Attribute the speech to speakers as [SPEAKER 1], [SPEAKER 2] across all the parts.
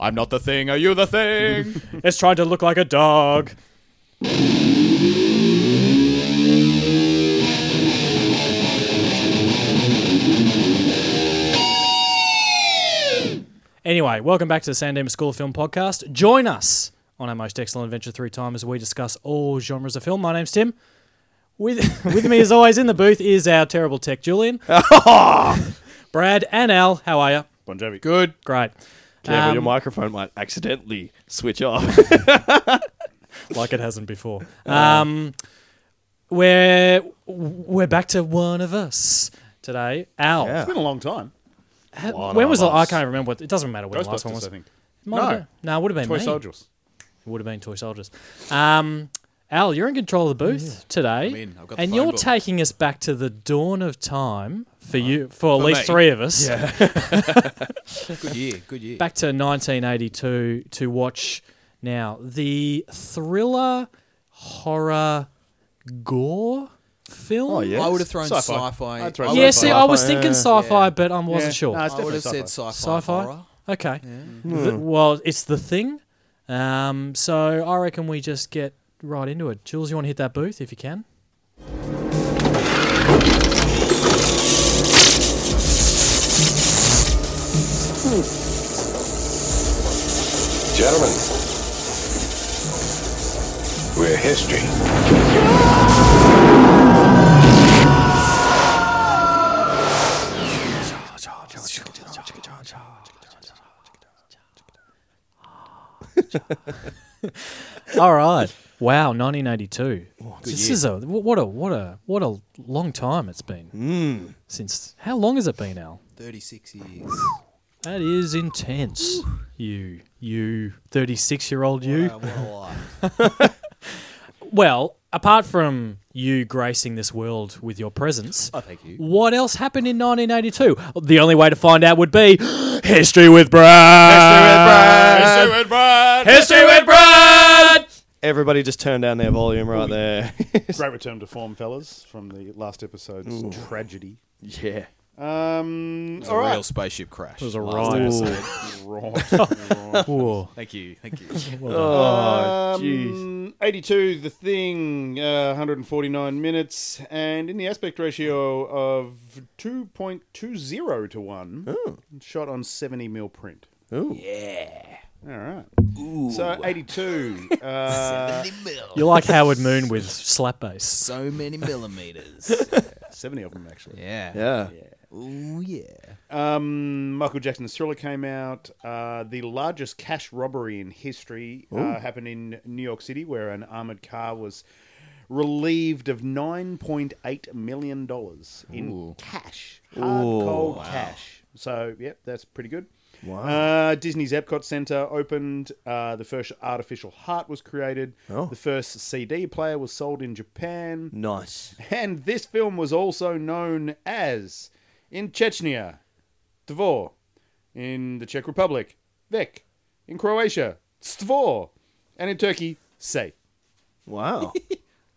[SPEAKER 1] I'm not the thing. Are you the thing?
[SPEAKER 2] It's trying to look like a dog. Anyway, welcome back to the Sandem School of Film podcast. Join us on our most excellent adventure through time as we discuss all genres of film. My name's Tim. With, with me, as always, in the booth is our terrible tech, Julian. Brad and Al, how are you?
[SPEAKER 3] Bon Jovi.
[SPEAKER 1] Good.
[SPEAKER 2] Great.
[SPEAKER 3] Careful,
[SPEAKER 2] Um,
[SPEAKER 3] your microphone might accidentally switch off.
[SPEAKER 2] like it hasn't before.
[SPEAKER 3] Uh-huh.
[SPEAKER 2] Um, we're we're back to one of us today. Al,
[SPEAKER 3] Yeah.
[SPEAKER 4] It's been a long time.
[SPEAKER 2] Ha-
[SPEAKER 3] One
[SPEAKER 2] when
[SPEAKER 3] of
[SPEAKER 2] was the, I
[SPEAKER 3] Us.
[SPEAKER 2] can't remember. What, it doesn't matter when the last one
[SPEAKER 4] Ghostbusters,
[SPEAKER 2] was.
[SPEAKER 4] I think.
[SPEAKER 2] Might
[SPEAKER 4] No.
[SPEAKER 2] have been- no, it would have been
[SPEAKER 4] Toy
[SPEAKER 2] me.
[SPEAKER 4] Soldiers.
[SPEAKER 2] It would have been toy soldiers. Um, Al, you're in control of the booth today,
[SPEAKER 4] in. I've got the
[SPEAKER 2] and
[SPEAKER 4] phone
[SPEAKER 2] you're
[SPEAKER 4] book. Uh-huh.
[SPEAKER 2] taking us back to the dawn of time for you, for at least
[SPEAKER 4] me.
[SPEAKER 2] three of us. Yeah.
[SPEAKER 4] Good year. Good year.
[SPEAKER 2] back to 1982 to watch now the thriller horror gore film.
[SPEAKER 3] Oh, yeah.
[SPEAKER 5] I would have thrown
[SPEAKER 3] Sci-fi.
[SPEAKER 5] sci-fi.
[SPEAKER 3] I'd throw
[SPEAKER 5] I
[SPEAKER 2] Yeah,
[SPEAKER 5] would've
[SPEAKER 2] see,
[SPEAKER 3] sci-fi.
[SPEAKER 2] I was
[SPEAKER 3] Yeah,
[SPEAKER 2] thinking
[SPEAKER 3] yeah.
[SPEAKER 2] sci-fi, but I wasn't
[SPEAKER 3] Yeah.
[SPEAKER 2] sure.
[SPEAKER 3] No, it's
[SPEAKER 5] I would have
[SPEAKER 3] definitely
[SPEAKER 5] said sci-fi.
[SPEAKER 2] sci-fi.
[SPEAKER 5] horror.
[SPEAKER 2] Okay. Th-
[SPEAKER 3] Hmm.
[SPEAKER 2] well, it's the thing. Um, so I reckon we just get right into it. Jules, you want to hit that booth if you can?
[SPEAKER 6] Gentlemen, we're history.
[SPEAKER 2] All right. Wow, 1982. this
[SPEAKER 3] Oh, year.
[SPEAKER 2] is a wh- what a what a what a long time it's been
[SPEAKER 3] Hmm.
[SPEAKER 2] since. How long has it been, Al?
[SPEAKER 5] Thirty-six years.
[SPEAKER 2] That is intense. You you 36 year old you.
[SPEAKER 5] Uh, what a life.
[SPEAKER 2] Well, apart from you gracing this world with your presence,
[SPEAKER 5] Thank you.
[SPEAKER 2] what else happened in 1982? The only way to find out would be history with
[SPEAKER 4] Uh,
[SPEAKER 2] Brad.
[SPEAKER 1] History with Brad.
[SPEAKER 2] History with Brad.
[SPEAKER 3] Everybody just turn down their volume right there.
[SPEAKER 4] Great return to form, fellas, from the last episode's tragedy.
[SPEAKER 3] yeah.
[SPEAKER 4] Um,
[SPEAKER 5] It was
[SPEAKER 4] all
[SPEAKER 5] a
[SPEAKER 4] right.
[SPEAKER 5] real spaceship crash. It
[SPEAKER 2] was a riot.
[SPEAKER 4] Right.
[SPEAKER 2] Whoa.
[SPEAKER 5] Thank you. Thank you.
[SPEAKER 3] Oh, jeez.
[SPEAKER 4] Um, 82, The Thing, uh, 149 minutes, and in the aspect ratio of 2.20 to 1, shot on 70 mil print.
[SPEAKER 3] Oh. Ooh.
[SPEAKER 4] All right. So 82. Uh,
[SPEAKER 5] 70 mil.
[SPEAKER 2] You're like Howard Moon with slap bass.
[SPEAKER 5] So many millimeters.
[SPEAKER 4] 70 of them, actually.
[SPEAKER 5] yeah.
[SPEAKER 3] Yeah.
[SPEAKER 5] Ooh, yeah.
[SPEAKER 4] Um, Michael Jackson's Thriller came out. Uh, the largest cash robbery in history uh, happened in New York City, where an armored car was relieved of nine point eight million dollars in cash, hard cold cash. So, yeah, that's pretty good. Wow. Uh, Disney's Epcot Center opened. Uh, the first artificial heart was created.
[SPEAKER 3] Oh.
[SPEAKER 4] The first CD player was sold in Japan.
[SPEAKER 3] Nice.
[SPEAKER 4] And this film was also known as in Chechnya, Dvor, in the Czech Republic, Vek, in Croatia, Stvor, and in Turkey, Say.
[SPEAKER 3] Wow.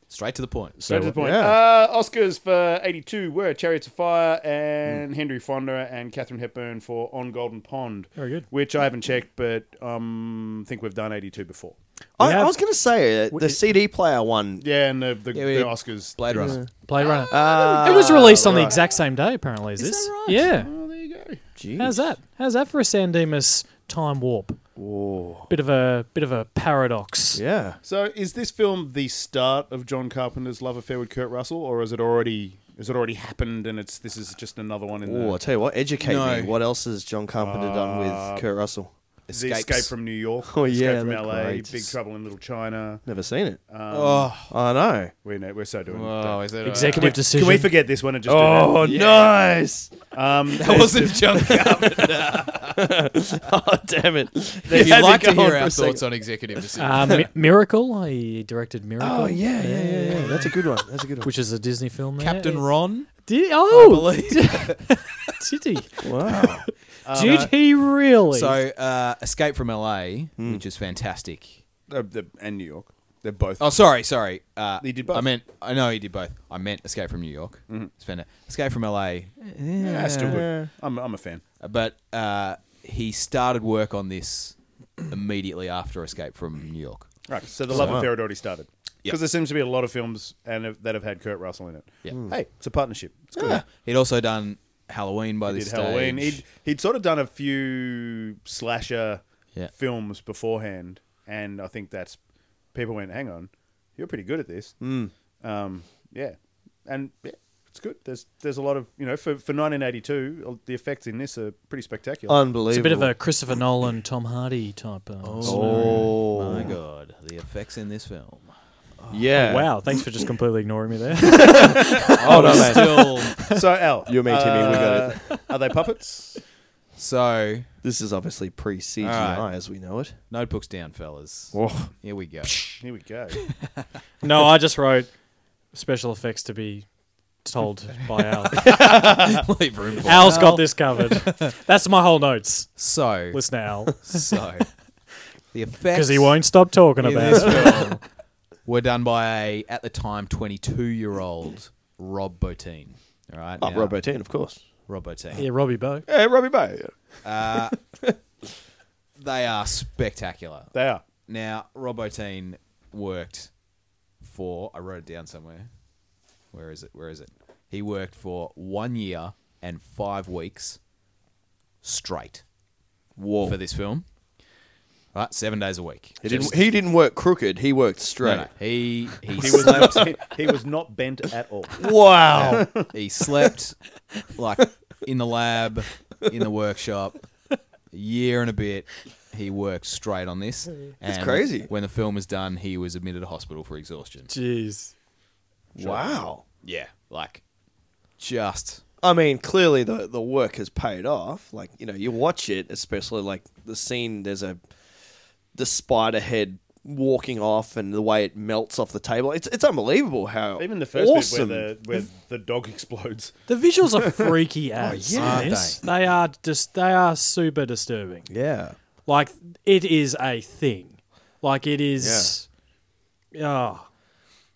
[SPEAKER 5] Straight to the point.
[SPEAKER 4] Straight to the point.
[SPEAKER 3] yeah.
[SPEAKER 4] Uh, Oscars for 82 were Chariots of Fire
[SPEAKER 2] Hmm.
[SPEAKER 4] and Henry Fonda and Catherine Hepburn for On Golden Pond.
[SPEAKER 2] Very good.
[SPEAKER 4] Which I haven't checked, but um, think we've done 82 before.
[SPEAKER 3] I,
[SPEAKER 2] have-
[SPEAKER 3] I was going to say uh, the CD player one.
[SPEAKER 4] Yeah, and the, the,
[SPEAKER 5] Yeah,
[SPEAKER 4] the
[SPEAKER 5] we-
[SPEAKER 4] Oscars.
[SPEAKER 5] Blade Runner.
[SPEAKER 2] Blade Runner.
[SPEAKER 3] Ah,
[SPEAKER 2] it was released on the
[SPEAKER 3] right.
[SPEAKER 2] exact same day, apparently. Is,
[SPEAKER 5] Is
[SPEAKER 2] this?
[SPEAKER 5] that right?
[SPEAKER 2] Yeah.
[SPEAKER 4] Oh, there you go.
[SPEAKER 3] Jeez.
[SPEAKER 2] How's that? How's that for a San Dimas time warp? Bit of a bit of a paradox.
[SPEAKER 3] Yeah.
[SPEAKER 4] So, is this film the start of John Carpenter's love affair with Kurt Russell, or is it already is it already happened and it's this is just another one in
[SPEAKER 3] Oh, I
[SPEAKER 4] the,
[SPEAKER 3] tell you what, educate
[SPEAKER 5] No.
[SPEAKER 3] me. What else has John Carpenter done with Kurt Russell?
[SPEAKER 4] the
[SPEAKER 5] Escapes.
[SPEAKER 4] escape from New York?
[SPEAKER 3] Oh,
[SPEAKER 4] escape
[SPEAKER 3] yeah,
[SPEAKER 4] from
[SPEAKER 3] they're
[SPEAKER 4] L.A.
[SPEAKER 3] great.
[SPEAKER 4] Big Trouble in Little China.
[SPEAKER 3] Never seen it.
[SPEAKER 5] Oh,
[SPEAKER 3] I know.
[SPEAKER 4] We know, we're so doing. it.
[SPEAKER 5] Whoa, is that
[SPEAKER 2] Executive
[SPEAKER 4] Can we-
[SPEAKER 2] decision.
[SPEAKER 4] Can we forget this one and just
[SPEAKER 3] Oh, nice.
[SPEAKER 4] do that? Um,
[SPEAKER 5] That wasn't junk
[SPEAKER 3] Oh, damn it.
[SPEAKER 5] If
[SPEAKER 3] You had
[SPEAKER 5] you'd
[SPEAKER 3] me
[SPEAKER 5] like to
[SPEAKER 3] going
[SPEAKER 5] hear
[SPEAKER 3] for
[SPEAKER 5] our
[SPEAKER 3] a second.
[SPEAKER 5] thoughts on executive decision,
[SPEAKER 2] Uh, Mi- Miracle. He directed Miracle.
[SPEAKER 3] Oh, yeah, yeah, yeah, yeah. That's a good one. That's a good one.
[SPEAKER 2] Which is a Disney film. there.
[SPEAKER 5] Captain Ron.
[SPEAKER 2] Did oh,
[SPEAKER 5] believe.
[SPEAKER 2] did he?
[SPEAKER 3] Wow.
[SPEAKER 2] Did he really?
[SPEAKER 5] So, uh, Escape from LA, which is fantastic.
[SPEAKER 4] uh, the, and New York. They're both.
[SPEAKER 5] Oh, sorry, sorry. Uh,
[SPEAKER 4] He did both. Mm-hmm.
[SPEAKER 5] I meant, I know he did both. I meant Escape from New York. It's fantastic. Escape from LA,
[SPEAKER 4] yeah, still good. I'm, I'm a fan.
[SPEAKER 5] but uh, he started work on this immediately after Escape from New York.
[SPEAKER 4] Right. So the love affair had already started.
[SPEAKER 5] Yep.
[SPEAKER 4] Because there seems to be a lot of films and have, that have had Kurt Russell in it.
[SPEAKER 5] Yeah.
[SPEAKER 4] Hey, it's a partnership. It's good.
[SPEAKER 5] He'd also done Halloween by
[SPEAKER 4] He
[SPEAKER 5] this
[SPEAKER 4] did Halloween.
[SPEAKER 5] stage.
[SPEAKER 4] He'd, he'd sort of done a few slasher
[SPEAKER 5] Yeah.
[SPEAKER 4] films beforehand, and I think that's people went, "Hang on, you're pretty good at this."
[SPEAKER 3] Hmm.
[SPEAKER 4] Um, yeah, and yeah, it's good. There's there's a lot of you know for for 1982, the effects in this are pretty spectacular.
[SPEAKER 3] Unbelievable.
[SPEAKER 2] It's a bit of a Christopher Nolan, Tom Hardy type. Uh,
[SPEAKER 5] Oh my god, the effects in this film.
[SPEAKER 3] yeah.
[SPEAKER 2] Oh, Wow, thanks for just completely ignoring me there.
[SPEAKER 3] Oh no, mate.
[SPEAKER 5] Still,
[SPEAKER 3] Oh.
[SPEAKER 4] so Al,
[SPEAKER 3] You and me, Timmy, we got
[SPEAKER 4] it. Are they puppets?
[SPEAKER 5] so
[SPEAKER 3] This is obviously pre CGI
[SPEAKER 5] All right.
[SPEAKER 3] as we know it.
[SPEAKER 5] notebooks down, fellas. Here we go.
[SPEAKER 4] Here we go.
[SPEAKER 2] no, I just wrote special effects to be told by Al.
[SPEAKER 5] Leave room for
[SPEAKER 2] Al's got this covered. That's my whole notes.
[SPEAKER 5] So,
[SPEAKER 2] Listen, to Al,
[SPEAKER 5] so the effects
[SPEAKER 2] because he won't stop talking
[SPEAKER 5] in
[SPEAKER 2] about
[SPEAKER 5] this
[SPEAKER 2] it.
[SPEAKER 5] film were done by a at the time 22 year old Rob Bottin. All right,
[SPEAKER 3] Oh,
[SPEAKER 5] now,
[SPEAKER 3] Rob Bottin, of course.
[SPEAKER 5] Rob Bottin.
[SPEAKER 2] Yeah, Robbie Bow.
[SPEAKER 3] Yeah, Robbie Bay.
[SPEAKER 5] They are spectacular.
[SPEAKER 4] They are.
[SPEAKER 5] Now, Robotine worked for. I wrote it down somewhere. Where is it? Where is it? He worked for one year and five weeks straight
[SPEAKER 3] Whoa.
[SPEAKER 5] for this film. Right, seven days a week.
[SPEAKER 3] He
[SPEAKER 5] Just-
[SPEAKER 3] didn't, he didn't work crooked. He worked straight.
[SPEAKER 5] no, no, He he,
[SPEAKER 4] He was
[SPEAKER 5] slept,
[SPEAKER 4] not, he, he was not bent at all.
[SPEAKER 3] Wow.
[SPEAKER 5] he slept like in the lab, in the workshop, a year and a bit. He worked straight on this. It's
[SPEAKER 3] crazy.
[SPEAKER 5] When the film was done, he was admitted to hospital for exhaustion.
[SPEAKER 2] Jeez.
[SPEAKER 3] wow.
[SPEAKER 5] Yeah, like just
[SPEAKER 3] I mean, clearly the the work has paid off. Like you know, you watch it, especially like the scene. There's a the spider head walking off, and the way it melts off the table. It's it's unbelievable how
[SPEAKER 4] Even the first
[SPEAKER 3] awesome.
[SPEAKER 4] bit where the, where the dog explodes.
[SPEAKER 2] The visuals are freaky as
[SPEAKER 3] yeah.
[SPEAKER 2] aren't this. They are just they are super disturbing.
[SPEAKER 3] yeah.
[SPEAKER 2] Like it is a thing. Like it is Oh.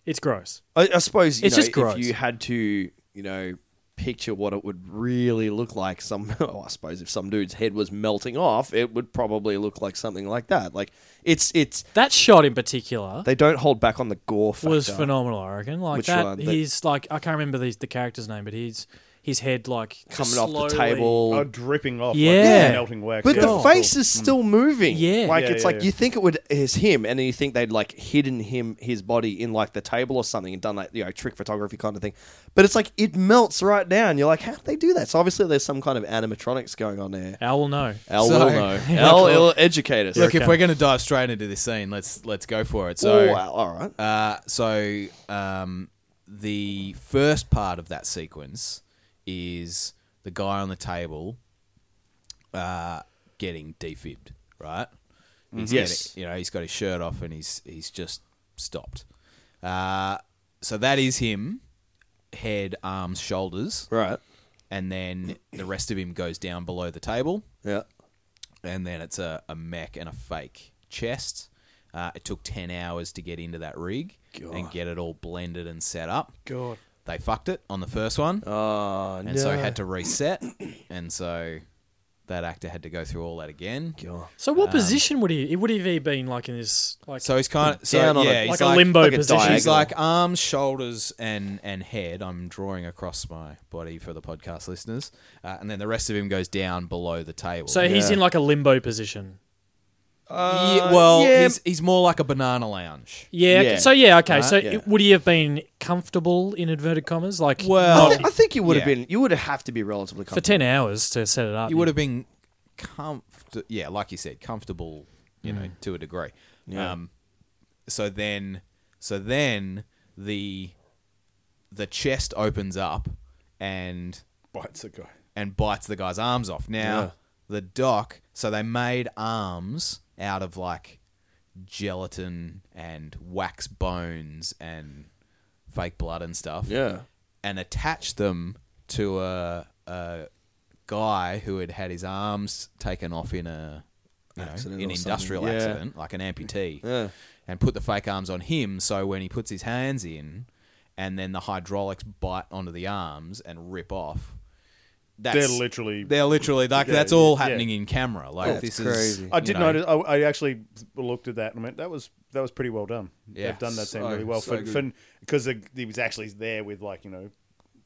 [SPEAKER 2] It's gross.
[SPEAKER 3] I, I suppose you
[SPEAKER 2] It's
[SPEAKER 3] know,
[SPEAKER 2] just gross.
[SPEAKER 3] if you had to, you know, picture what it would really look like. Some, oh, I suppose if some dude's head was melting off, it would probably look like something like that. Like it's it's
[SPEAKER 2] That shot in particular
[SPEAKER 3] they don't hold back on the gore factor.
[SPEAKER 2] was phenomenal, I reckon. Like
[SPEAKER 3] Which
[SPEAKER 2] that
[SPEAKER 3] one? The-
[SPEAKER 2] he's like I can't remember the, the character's name, but he's his head like just
[SPEAKER 3] coming off the
[SPEAKER 2] slowly-
[SPEAKER 3] table.
[SPEAKER 4] Oh, dripping off.
[SPEAKER 2] Yeah.
[SPEAKER 4] Like melting wax. Oh,
[SPEAKER 3] But
[SPEAKER 4] Yeah,
[SPEAKER 3] the
[SPEAKER 4] cool.
[SPEAKER 3] face is still moving.
[SPEAKER 2] Yeah.
[SPEAKER 3] like
[SPEAKER 4] Yeah,
[SPEAKER 3] it's
[SPEAKER 4] Hmm. yeah,
[SPEAKER 3] like
[SPEAKER 4] yeah.
[SPEAKER 3] you think it would is him, and then you think they'd like hidden him his body in like the table or something and done like you know trick photography kind of thing. But it's like it melts right down. You're like, how did they do that? So obviously there's some kind of animatronics going on there.
[SPEAKER 2] Al will know.
[SPEAKER 3] Al
[SPEAKER 5] So-
[SPEAKER 3] will know. Al will educate us.
[SPEAKER 5] look. If
[SPEAKER 2] Okay.
[SPEAKER 5] we're going to dive straight into this scene, let's let's go for it.
[SPEAKER 3] Oh,
[SPEAKER 5] So,
[SPEAKER 3] wow, all right.
[SPEAKER 5] uh, so um, the first part of that sequence is the guy on the table uh, getting defibbed, right? He's
[SPEAKER 3] Yes.
[SPEAKER 5] getting, you know, he's got his shirt off and he's he's just stopped. Uh, so that is him, head, arms, shoulders,
[SPEAKER 3] Right.
[SPEAKER 5] and then the rest of him goes down below the table.
[SPEAKER 3] Yeah.
[SPEAKER 5] and then it's a, a mech and a fake chest. Uh, it took 10 hours to get into that rig and get it all blended and set up.
[SPEAKER 2] God.
[SPEAKER 5] They fucked it on the first one,
[SPEAKER 3] Oh,
[SPEAKER 5] and so had to reset, and so that actor had to go through all that again.
[SPEAKER 2] So
[SPEAKER 3] Um,
[SPEAKER 2] what position would he would he have been like in this like
[SPEAKER 5] So he's kind of so
[SPEAKER 3] Down on a-
[SPEAKER 5] yeah,
[SPEAKER 2] like
[SPEAKER 5] he's
[SPEAKER 2] a limbo
[SPEAKER 3] like a
[SPEAKER 2] position?
[SPEAKER 3] diagonal.
[SPEAKER 5] He's like arms, shoulders, and and head. I'm drawing across my body for the podcast listeners, uh, and then the rest of him goes down below the table.
[SPEAKER 2] So he's in like a limbo position.
[SPEAKER 5] Yeah, well,
[SPEAKER 3] yeah.
[SPEAKER 5] he's he's more like a banana lounge.
[SPEAKER 2] Yeah.
[SPEAKER 3] Yeah.
[SPEAKER 2] So yeah, okay. so
[SPEAKER 3] yeah.
[SPEAKER 2] it, would he have been comfortable in inverted commas, like
[SPEAKER 5] Well,
[SPEAKER 3] I think you would have
[SPEAKER 5] Yeah.
[SPEAKER 3] been. You would have to be relatively
[SPEAKER 2] for
[SPEAKER 3] comfortable.
[SPEAKER 2] ten hours to set it up?
[SPEAKER 5] you would have been comfort yeah like you said comfortable you know to a degree um so then so then the the chest opens up and
[SPEAKER 4] bites a guy.
[SPEAKER 5] and bites the guy's arms off now
[SPEAKER 3] Yeah.
[SPEAKER 5] the doc so they made arms out of like gelatin and wax bones and fake blood and stuff
[SPEAKER 3] Yeah.
[SPEAKER 5] and attached them to a, a guy who had had his arms taken off in a you know,
[SPEAKER 3] Accident
[SPEAKER 5] an
[SPEAKER 3] or
[SPEAKER 5] industrial
[SPEAKER 3] something. Yeah.
[SPEAKER 5] accident, like an amputee,
[SPEAKER 3] Yeah.
[SPEAKER 5] and put the fake arms on him. So when he puts his hands in, and then the hydraulics bite onto the arms and rip off, that's
[SPEAKER 4] They're literally-
[SPEAKER 5] they're literally like
[SPEAKER 4] Yeah,
[SPEAKER 5] that's all
[SPEAKER 4] yeah.
[SPEAKER 5] happening in camera. Like
[SPEAKER 3] That's
[SPEAKER 5] this
[SPEAKER 3] crazy.
[SPEAKER 5] is
[SPEAKER 4] I did
[SPEAKER 5] you know,
[SPEAKER 4] notice. I, I actually looked at that and went, "That was that was pretty well done.
[SPEAKER 5] Yeah,
[SPEAKER 4] They've done that scene
[SPEAKER 5] so-
[SPEAKER 4] really well."
[SPEAKER 5] so
[SPEAKER 4] For- for
[SPEAKER 5] good.
[SPEAKER 4] because he was actually there with like you know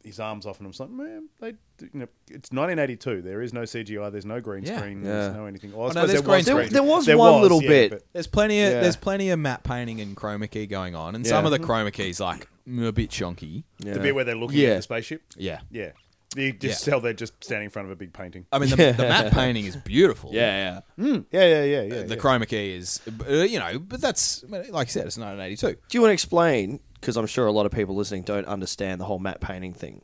[SPEAKER 4] his arms off, and I'm just like, "Man, they do- you know it's 1982. There is no CGI. There's no green
[SPEAKER 5] Yeah.
[SPEAKER 4] screen.
[SPEAKER 3] Yeah.
[SPEAKER 4] There's no anything. Well, I
[SPEAKER 5] Oh, no,
[SPEAKER 4] suppose there
[SPEAKER 5] there's
[SPEAKER 4] was
[SPEAKER 5] green
[SPEAKER 4] green
[SPEAKER 5] screen.
[SPEAKER 3] There was
[SPEAKER 4] There
[SPEAKER 3] one
[SPEAKER 4] was,
[SPEAKER 3] little
[SPEAKER 4] yeah,
[SPEAKER 3] bit.
[SPEAKER 4] but-
[SPEAKER 5] There's plenty of
[SPEAKER 3] Yeah.
[SPEAKER 5] there's plenty of matte painting and chroma key going on, and some
[SPEAKER 3] Yeah.
[SPEAKER 5] of the chroma keys like mm, a bit chunky.
[SPEAKER 3] Yeah.
[SPEAKER 4] The bit where they're looking
[SPEAKER 3] Yeah.
[SPEAKER 4] at the spaceship.
[SPEAKER 5] Yeah,
[SPEAKER 4] Yeah, you just
[SPEAKER 5] Yeah.
[SPEAKER 4] tell
[SPEAKER 5] Um,
[SPEAKER 4] they're just standing in front of a big painting.
[SPEAKER 5] I mean the, the matte painting is beautiful.
[SPEAKER 3] yeah, yeah.
[SPEAKER 4] Yeah, yeah, yeah, yeah.
[SPEAKER 5] uh, the chroma key is, uh, you know, but that's like I said, it's 1982.
[SPEAKER 3] Do you want to explain? Because I'm sure a lot of people listening don't understand the whole matte painting thing.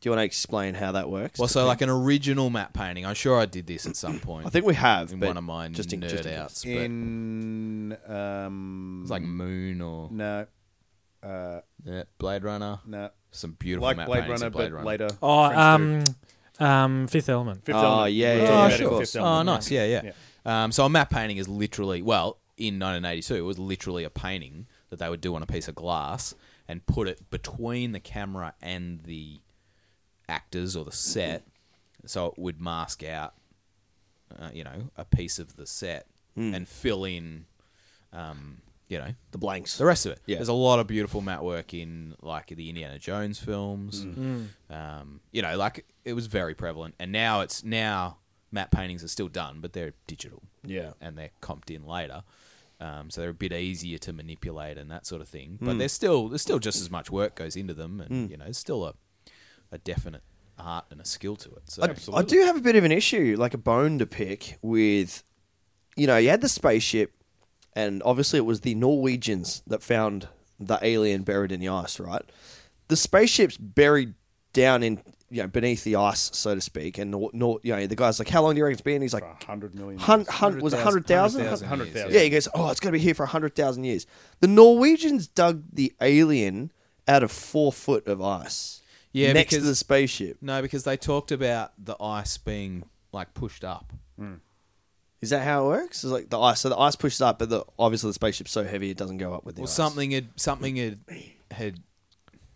[SPEAKER 3] Do you want to explain how that works?
[SPEAKER 5] Well, so like an original matte painting. I'm sure I did this at some point.
[SPEAKER 3] I think we have
[SPEAKER 5] in
[SPEAKER 3] but
[SPEAKER 5] one of mine
[SPEAKER 3] Just in,
[SPEAKER 5] nerd
[SPEAKER 3] just in case.
[SPEAKER 5] outs, but it
[SPEAKER 4] in um
[SPEAKER 5] was like Moon or
[SPEAKER 4] no uh
[SPEAKER 5] yeah, Blade Runner.
[SPEAKER 4] no
[SPEAKER 5] Some beautiful
[SPEAKER 4] like
[SPEAKER 5] matte
[SPEAKER 4] Blade
[SPEAKER 5] paintings
[SPEAKER 4] Runner,
[SPEAKER 5] in Blade
[SPEAKER 4] but
[SPEAKER 5] Runner.
[SPEAKER 4] later.
[SPEAKER 2] Oh,
[SPEAKER 4] French too.
[SPEAKER 2] um, um, Fifth Element.
[SPEAKER 4] Fifth
[SPEAKER 3] Oh,
[SPEAKER 4] Element.
[SPEAKER 3] yeah,
[SPEAKER 4] We
[SPEAKER 3] yeah,
[SPEAKER 4] talked about
[SPEAKER 5] Oh,
[SPEAKER 4] it in
[SPEAKER 5] sure.
[SPEAKER 4] Fifth
[SPEAKER 5] oh,
[SPEAKER 4] Element.
[SPEAKER 5] nice. Yeah, yeah. Um, so a matte painting is literally, well, in 1982, it was literally a painting that they would do on a piece of glass and put it between the camera and the actors or the set, so it would mask out, uh, you know, a piece of the set
[SPEAKER 4] Hmm.
[SPEAKER 5] and fill in, um, you know,
[SPEAKER 3] The blanks.
[SPEAKER 5] the rest of it.
[SPEAKER 3] Yeah.
[SPEAKER 5] There's a lot of beautiful matte work in like the Indiana Jones films.
[SPEAKER 3] Mm.
[SPEAKER 5] Um, you know, like it was very prevalent, and now it's now matte paintings are still done, but they're digital.
[SPEAKER 3] Yeah.
[SPEAKER 5] and they're comped in later, um, so they're a bit easier to manipulate and that sort of thing.
[SPEAKER 3] Mm.
[SPEAKER 5] But there's still there's still just as much work goes into them, and you know, it's still a a definite art and a skill to it. So
[SPEAKER 3] I do have a bit of an issue, like a bone to pick with, you know, you had the spaceship, and obviously it was the Norwegians that found the alien buried in the ice, right? The spaceship's buried down in, you know, beneath the ice, so to speak. And Nor- Nor- you know, the guy's like, "How long do you reckon it's been?" He's like,
[SPEAKER 4] A hundred million.
[SPEAKER 3] hun- hun- "Was it hundred thousand?
[SPEAKER 5] 100,000
[SPEAKER 4] 100,000
[SPEAKER 5] years,
[SPEAKER 3] Yeah, he goes, "Oh, it's gonna be here for hundred thousand years." The Norwegians dug the alien out of four foot of ice,
[SPEAKER 5] Yeah,
[SPEAKER 3] next
[SPEAKER 5] because-
[SPEAKER 3] to the spaceship.
[SPEAKER 5] No, because they talked about the ice being like pushed up.
[SPEAKER 3] Is that how it works? It's like the ice. So the ice pushes up, but the obviously the spaceship's so heavy it doesn't go up with the
[SPEAKER 5] Well,
[SPEAKER 3] ice.
[SPEAKER 5] something had something had had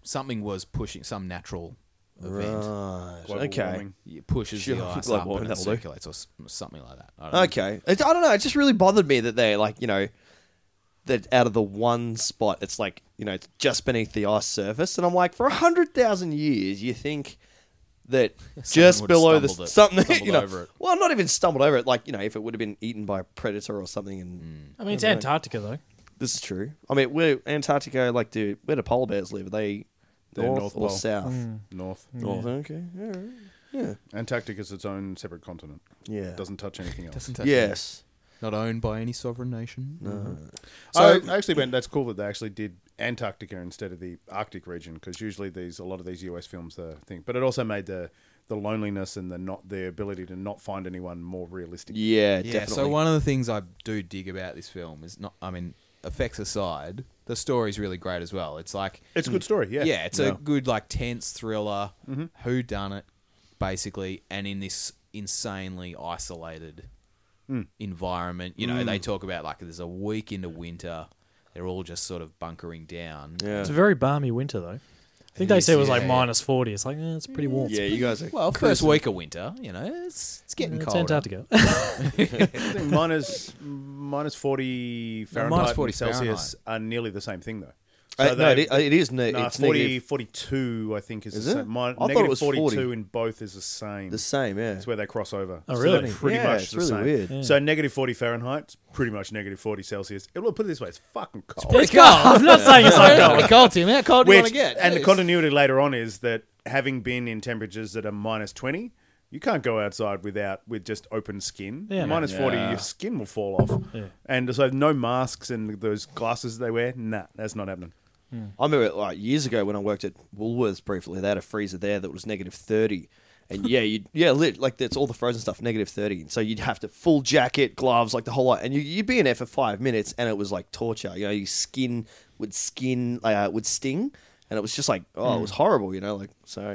[SPEAKER 5] something was pushing some natural event
[SPEAKER 3] Right.
[SPEAKER 4] Global
[SPEAKER 3] okay.
[SPEAKER 4] warming.
[SPEAKER 5] It pushes
[SPEAKER 3] Sure,
[SPEAKER 5] the ice
[SPEAKER 3] global
[SPEAKER 5] up
[SPEAKER 3] warming,
[SPEAKER 5] and it
[SPEAKER 3] that'll do.
[SPEAKER 5] circulates or s- something like that. I don't
[SPEAKER 3] Okay. It, I don't know. It just really bothered me that they're like you know that out of the one spot, it's like you know it's just beneath the ice surface, and I'm like for hundred thousand years, you think that just
[SPEAKER 5] would've
[SPEAKER 3] below the
[SPEAKER 5] stumbled it-
[SPEAKER 3] something
[SPEAKER 5] stumbled
[SPEAKER 3] you know
[SPEAKER 5] over it.
[SPEAKER 3] well not even stumbled over it like you know if it would have been eaten by a predator or something and
[SPEAKER 5] Mm.
[SPEAKER 2] I mean, it's Antarctica though.
[SPEAKER 3] this is true i mean where antarctica like do where do polar bears live are they
[SPEAKER 4] They're
[SPEAKER 3] north,
[SPEAKER 4] North
[SPEAKER 3] or
[SPEAKER 4] Pole.
[SPEAKER 3] south
[SPEAKER 4] North.
[SPEAKER 3] north okay all right.
[SPEAKER 4] Antarctica's its own separate continent.
[SPEAKER 3] Yeah.
[SPEAKER 4] Doesn't touch anything else.
[SPEAKER 5] Doesn't
[SPEAKER 3] Yes.
[SPEAKER 5] Not owned by any sovereign nation. Mm-hmm.
[SPEAKER 4] So I actually went. That's cool that they actually did Antarctica instead of the Arctic region because usually these a lot of these US films are thing. But it also made the the loneliness and the not the ability to not find anyone more realistic.
[SPEAKER 3] Yeah,
[SPEAKER 5] Yeah.
[SPEAKER 3] definitely.
[SPEAKER 5] So one of the things I do dig about this film is not. I mean, effects aside, the story's really great as well. It's like
[SPEAKER 4] It's a good story. Yeah.
[SPEAKER 5] yeah, it's
[SPEAKER 4] Yeah.
[SPEAKER 5] a good like tense thriller, who done it, basically, and in this insanely isolated environment. You know, they talk about like there's a week into winter, they're all just sort of bunkering down.
[SPEAKER 3] yeah.
[SPEAKER 2] It's a very balmy winter though. I think
[SPEAKER 5] It
[SPEAKER 2] they
[SPEAKER 5] is,
[SPEAKER 2] said it was
[SPEAKER 5] yeah,
[SPEAKER 2] like
[SPEAKER 5] yeah.
[SPEAKER 2] minus forty. It's like eh, it's pretty warm.
[SPEAKER 3] yeah, you guys are.
[SPEAKER 5] Well, first week of winter, you know, it's it's getting Oh,
[SPEAKER 2] It's
[SPEAKER 5] cold.
[SPEAKER 2] Antarctica.
[SPEAKER 4] I think minus minus forty Fahrenheit,
[SPEAKER 5] minus
[SPEAKER 4] and
[SPEAKER 5] 40
[SPEAKER 4] Celsius are nearly the same thing though.
[SPEAKER 3] Uh,
[SPEAKER 4] So
[SPEAKER 3] no, it,
[SPEAKER 4] they-
[SPEAKER 3] it is. Ne-
[SPEAKER 4] Nah,
[SPEAKER 3] it's
[SPEAKER 4] 40,
[SPEAKER 3] negative.
[SPEAKER 4] 42, I think is,
[SPEAKER 3] Is
[SPEAKER 4] the
[SPEAKER 3] it?
[SPEAKER 4] same. Mine,
[SPEAKER 3] I thought it
[SPEAKER 4] negative
[SPEAKER 3] was
[SPEAKER 4] 42
[SPEAKER 3] 40.
[SPEAKER 4] in both is the same.
[SPEAKER 3] the same. Yeah.
[SPEAKER 4] That's where they cross over.
[SPEAKER 2] Oh,
[SPEAKER 4] So
[SPEAKER 2] really?
[SPEAKER 4] they're pretty
[SPEAKER 3] Yeah,
[SPEAKER 4] much
[SPEAKER 3] it's
[SPEAKER 4] the
[SPEAKER 3] really
[SPEAKER 4] same.
[SPEAKER 3] weird.
[SPEAKER 4] So negative 40 Fahrenheit, it's pretty much negative 40 Celsius. It, well, put it this way, it's fucking cold.
[SPEAKER 2] it's cold. I'm not saying it's not cold.
[SPEAKER 5] cold, Tim. How cold
[SPEAKER 4] Which- and the continuity later on is that having been in temperatures that are minus 20, you can't go outside without with just open skin.
[SPEAKER 2] Yeah, man.
[SPEAKER 4] Minus 40,
[SPEAKER 3] Yeah.
[SPEAKER 4] your skin will fall off. And so no masks and those glasses they wear, nah, that's not happening.
[SPEAKER 3] I remember like years ago when I worked at Woolworths briefly. They had a freezer there that was negative thirty, and yeah, you yeah, lit, like that's all the frozen stuff negative thirty. And so you'd have to full jacket, gloves, like the whole lot, and you, you'd be in there for five minutes, and it was like torture. You know, your skin would skin uh, would sting, and it was just like oh,
[SPEAKER 2] Hmm.
[SPEAKER 3] it was horrible. You know, like so.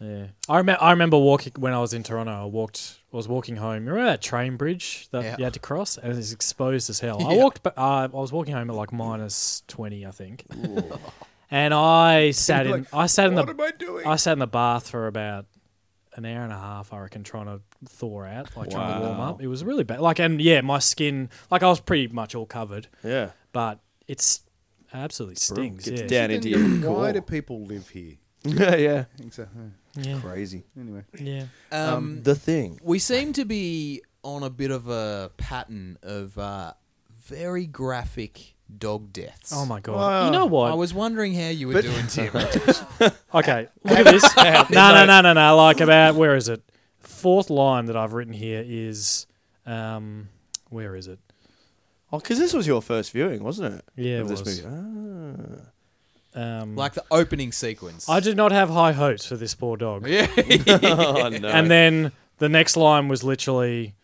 [SPEAKER 2] Yeah, I remember. I remember walking when I was in Toronto. I walked. I was walking home. You Remember that train bridge that
[SPEAKER 5] Yeah.
[SPEAKER 2] you had to cross, and it was exposed as hell. I walked. ba- Uh, I was walking home at like minus twenty, I think. and I sat in. I sat in the.
[SPEAKER 4] "What am I doing?"
[SPEAKER 2] I sat in the bath for about an hour and a half, I reckon, trying to thaw out, like trying to warm up. It was really bad. Like, and yeah, my skin, like I was pretty much all covered,
[SPEAKER 3] Yeah.
[SPEAKER 2] but it's absolutely stings.
[SPEAKER 3] Gets
[SPEAKER 2] yeah.
[SPEAKER 3] down into your
[SPEAKER 4] Why
[SPEAKER 3] core.
[SPEAKER 4] do people live here?
[SPEAKER 3] yeah, yeah.
[SPEAKER 4] I think so.
[SPEAKER 2] Yeah.
[SPEAKER 3] Crazy.
[SPEAKER 4] Anyway,
[SPEAKER 2] yeah.
[SPEAKER 5] Um,
[SPEAKER 3] The thing.
[SPEAKER 5] we seem to be on a bit of a pattern of uh, very graphic dog deaths.
[SPEAKER 2] Oh my god!
[SPEAKER 4] Wow.
[SPEAKER 2] you know what?
[SPEAKER 5] I was wondering how you were doing, Tim.
[SPEAKER 2] Okay, look at this. no, no, no, no, no. Like about where is it? Fourth line that I've written here is, um, where is it?
[SPEAKER 3] Oh, because this was your first viewing, wasn't it?
[SPEAKER 2] Yeah, it
[SPEAKER 3] Of this
[SPEAKER 2] was.
[SPEAKER 3] movie. Ah.
[SPEAKER 2] Um,
[SPEAKER 5] like the opening sequence.
[SPEAKER 2] I did not have high hopes for this poor dog.
[SPEAKER 5] Yeah.
[SPEAKER 3] Oh, no.
[SPEAKER 2] And then the next line was literally,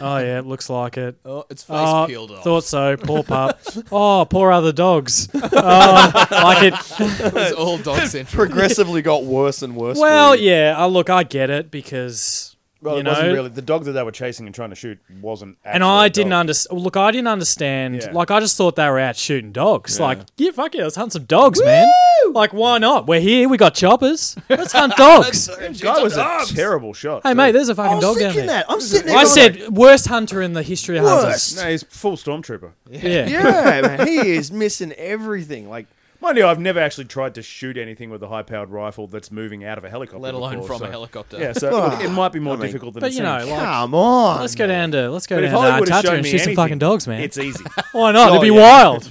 [SPEAKER 2] oh yeah, it looks like it.
[SPEAKER 5] oh, its face
[SPEAKER 4] Uh,
[SPEAKER 2] Oh,
[SPEAKER 5] peeled off.
[SPEAKER 2] thought so. Poor pup. oh, poor other dogs. Oh, like it.
[SPEAKER 5] it was all dog central.
[SPEAKER 3] progressively got worse and worse.
[SPEAKER 2] Well,
[SPEAKER 3] for you.
[SPEAKER 2] yeah. I look, I get it because
[SPEAKER 4] well,
[SPEAKER 2] you
[SPEAKER 4] it
[SPEAKER 2] know,
[SPEAKER 4] wasn't really the dog that they were chasing and trying to shoot wasn't.
[SPEAKER 2] and
[SPEAKER 4] actually
[SPEAKER 2] I
[SPEAKER 4] a
[SPEAKER 2] didn't
[SPEAKER 4] dog.
[SPEAKER 2] understand. Look, I didn't understand.
[SPEAKER 4] Yeah.
[SPEAKER 2] Like, I just thought they were out shooting dogs. Like, yeah, fuck it, let's hunt some dogs, man. Like, why not? We're here. We got choppers. Let's hunt dogs.
[SPEAKER 4] That guy was a terrible shot.
[SPEAKER 2] hey,
[SPEAKER 4] too.
[SPEAKER 2] mate, there's a fucking
[SPEAKER 3] I was
[SPEAKER 2] dog down
[SPEAKER 3] thinking
[SPEAKER 2] there.
[SPEAKER 3] that. I'm sitting there.
[SPEAKER 2] I
[SPEAKER 3] going,
[SPEAKER 2] said worst hunter in the history of hunters.
[SPEAKER 3] Worst.
[SPEAKER 4] No, he's full stormtrooper.
[SPEAKER 2] Yeah.
[SPEAKER 3] Yeah, man, he is missing everything. Like,
[SPEAKER 4] Mind you, I've never actually tried to shoot anything with a high-powered rifle that's moving out of a helicopter,
[SPEAKER 5] Let alone
[SPEAKER 4] before,
[SPEAKER 5] from
[SPEAKER 4] so-
[SPEAKER 5] a helicopter.
[SPEAKER 4] Yeah, so look, it might be more
[SPEAKER 3] I mean-
[SPEAKER 4] difficult than
[SPEAKER 2] But
[SPEAKER 4] it
[SPEAKER 2] you know,
[SPEAKER 4] seems.
[SPEAKER 2] like,
[SPEAKER 3] come on.
[SPEAKER 2] let's go down to let's go
[SPEAKER 4] But if
[SPEAKER 2] down to
[SPEAKER 4] Hollywood had
[SPEAKER 2] Antarctica
[SPEAKER 4] shown
[SPEAKER 2] and
[SPEAKER 4] me
[SPEAKER 2] shoot some
[SPEAKER 4] anything,
[SPEAKER 2] fucking dogs, man.
[SPEAKER 4] it's easy.
[SPEAKER 2] why not?
[SPEAKER 3] Oh,
[SPEAKER 2] It'd be
[SPEAKER 3] yeah.
[SPEAKER 2] wild.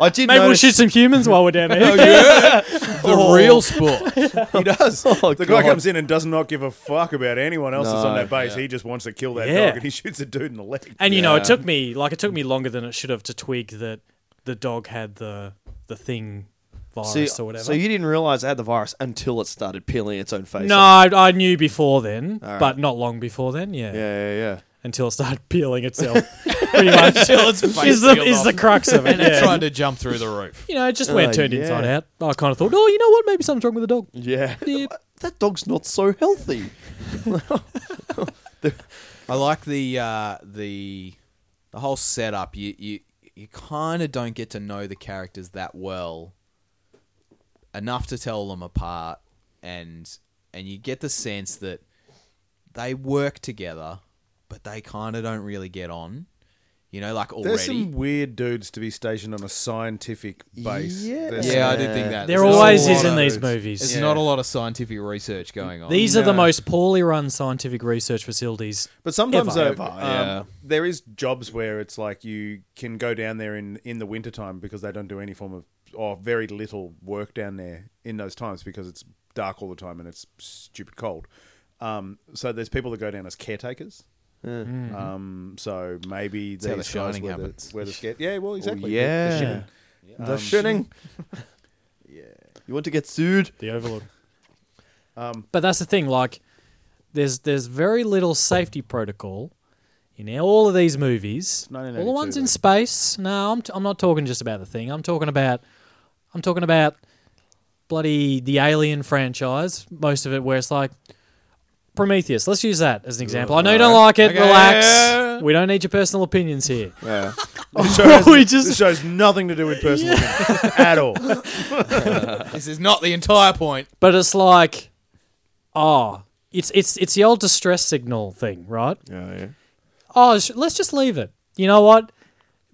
[SPEAKER 3] I did
[SPEAKER 2] Maybe we'll
[SPEAKER 3] notice.
[SPEAKER 2] shoot some humans while we're down there.
[SPEAKER 5] Oh, The
[SPEAKER 4] Oh.
[SPEAKER 5] real sport.
[SPEAKER 3] he does.
[SPEAKER 2] Oh,
[SPEAKER 4] The guy comes in and does not give a fuck about anyone else that's on
[SPEAKER 3] No.
[SPEAKER 4] that base. He just wants to kill that
[SPEAKER 2] Yeah.
[SPEAKER 4] dog, and he shoots a dude in the leg.
[SPEAKER 2] And you know,
[SPEAKER 3] Yeah.
[SPEAKER 2] it took me like it took me longer than it should have to twig that the dog had the the thing
[SPEAKER 3] So,
[SPEAKER 2] virus or whatever.
[SPEAKER 3] so you didn't realize it had the virus until it started peeling its own face.
[SPEAKER 2] no,
[SPEAKER 3] off.
[SPEAKER 2] I, I knew before then, but not long before then. Yeah,
[SPEAKER 3] Yeah, yeah, yeah.
[SPEAKER 2] until it started peeling itself, pretty much.
[SPEAKER 5] its face
[SPEAKER 2] is the
[SPEAKER 5] peeled
[SPEAKER 2] is
[SPEAKER 5] off.
[SPEAKER 2] the crux of it.
[SPEAKER 5] and it
[SPEAKER 2] Yeah.
[SPEAKER 5] tried to jump through the roof.
[SPEAKER 2] You know, it just went
[SPEAKER 3] Oh,
[SPEAKER 2] turned
[SPEAKER 3] yeah.
[SPEAKER 2] inside out. I kind of thought, oh, you know what? Maybe something's wrong with the dog.
[SPEAKER 5] Oh,
[SPEAKER 3] Yeah.
[SPEAKER 2] Yeah.
[SPEAKER 3] That dog's not so healthy.
[SPEAKER 5] I like the uh, the the whole setup. You you you kind of don't get to know the characters that well enough to tell them apart, and and you get the sense that they work together, but they kind of don't really get on. You know, like already.
[SPEAKER 4] There's some weird dudes to be stationed on a scientific base.
[SPEAKER 3] Yeah.
[SPEAKER 4] There's
[SPEAKER 5] yeah, I
[SPEAKER 4] some-
[SPEAKER 5] did think that.
[SPEAKER 2] There
[SPEAKER 5] There's not a
[SPEAKER 2] always
[SPEAKER 5] lot
[SPEAKER 2] is in
[SPEAKER 5] of-
[SPEAKER 2] these
[SPEAKER 5] There's
[SPEAKER 2] movies.
[SPEAKER 5] not a lot of scientific research going on.
[SPEAKER 2] These are the
[SPEAKER 4] No.
[SPEAKER 2] most poorly run scientific research facilities.
[SPEAKER 4] But sometimes
[SPEAKER 2] Ever.
[SPEAKER 4] though, um,
[SPEAKER 3] yeah.
[SPEAKER 4] there is jobs where it's like you can go down there in in the wintertime because they don't do any form of or very little work down there in those times because it's dark all the time and it's stupid cold. Um, so there's people that go down as caretakers. Um, so maybe
[SPEAKER 5] how
[SPEAKER 4] they're
[SPEAKER 5] The Shining happens.
[SPEAKER 4] The, where the scare- yeah, well, exactly. The- the
[SPEAKER 3] yeah.
[SPEAKER 4] shipping.
[SPEAKER 3] The
[SPEAKER 2] Um,
[SPEAKER 3] shitting. yeah. You want to get sued?
[SPEAKER 2] The Overlord. um, but that's the thing. Like, there's there's very little safety protocol in all of these movies. All the
[SPEAKER 4] 1982
[SPEAKER 2] ones in
[SPEAKER 4] though.
[SPEAKER 2] space. No, I'm t- I'm not talking just about the thing. I'm talking about I'm talking about bloody the Alien franchise. Most of it where it's like Prometheus. Let's use that as an example. I know you don't like it.
[SPEAKER 5] Okay.
[SPEAKER 2] Relax. We don't need your personal opinions here.
[SPEAKER 3] Yeah.
[SPEAKER 4] This show has-
[SPEAKER 2] We just-
[SPEAKER 4] this shows nothing to do with personal opinion at all.
[SPEAKER 5] This is not the entire point.
[SPEAKER 2] But it's like, oh, it's it's it's the old distress signal thing, right?
[SPEAKER 3] yeah, yeah.
[SPEAKER 2] Oh, sh- let's just leave it. You know what?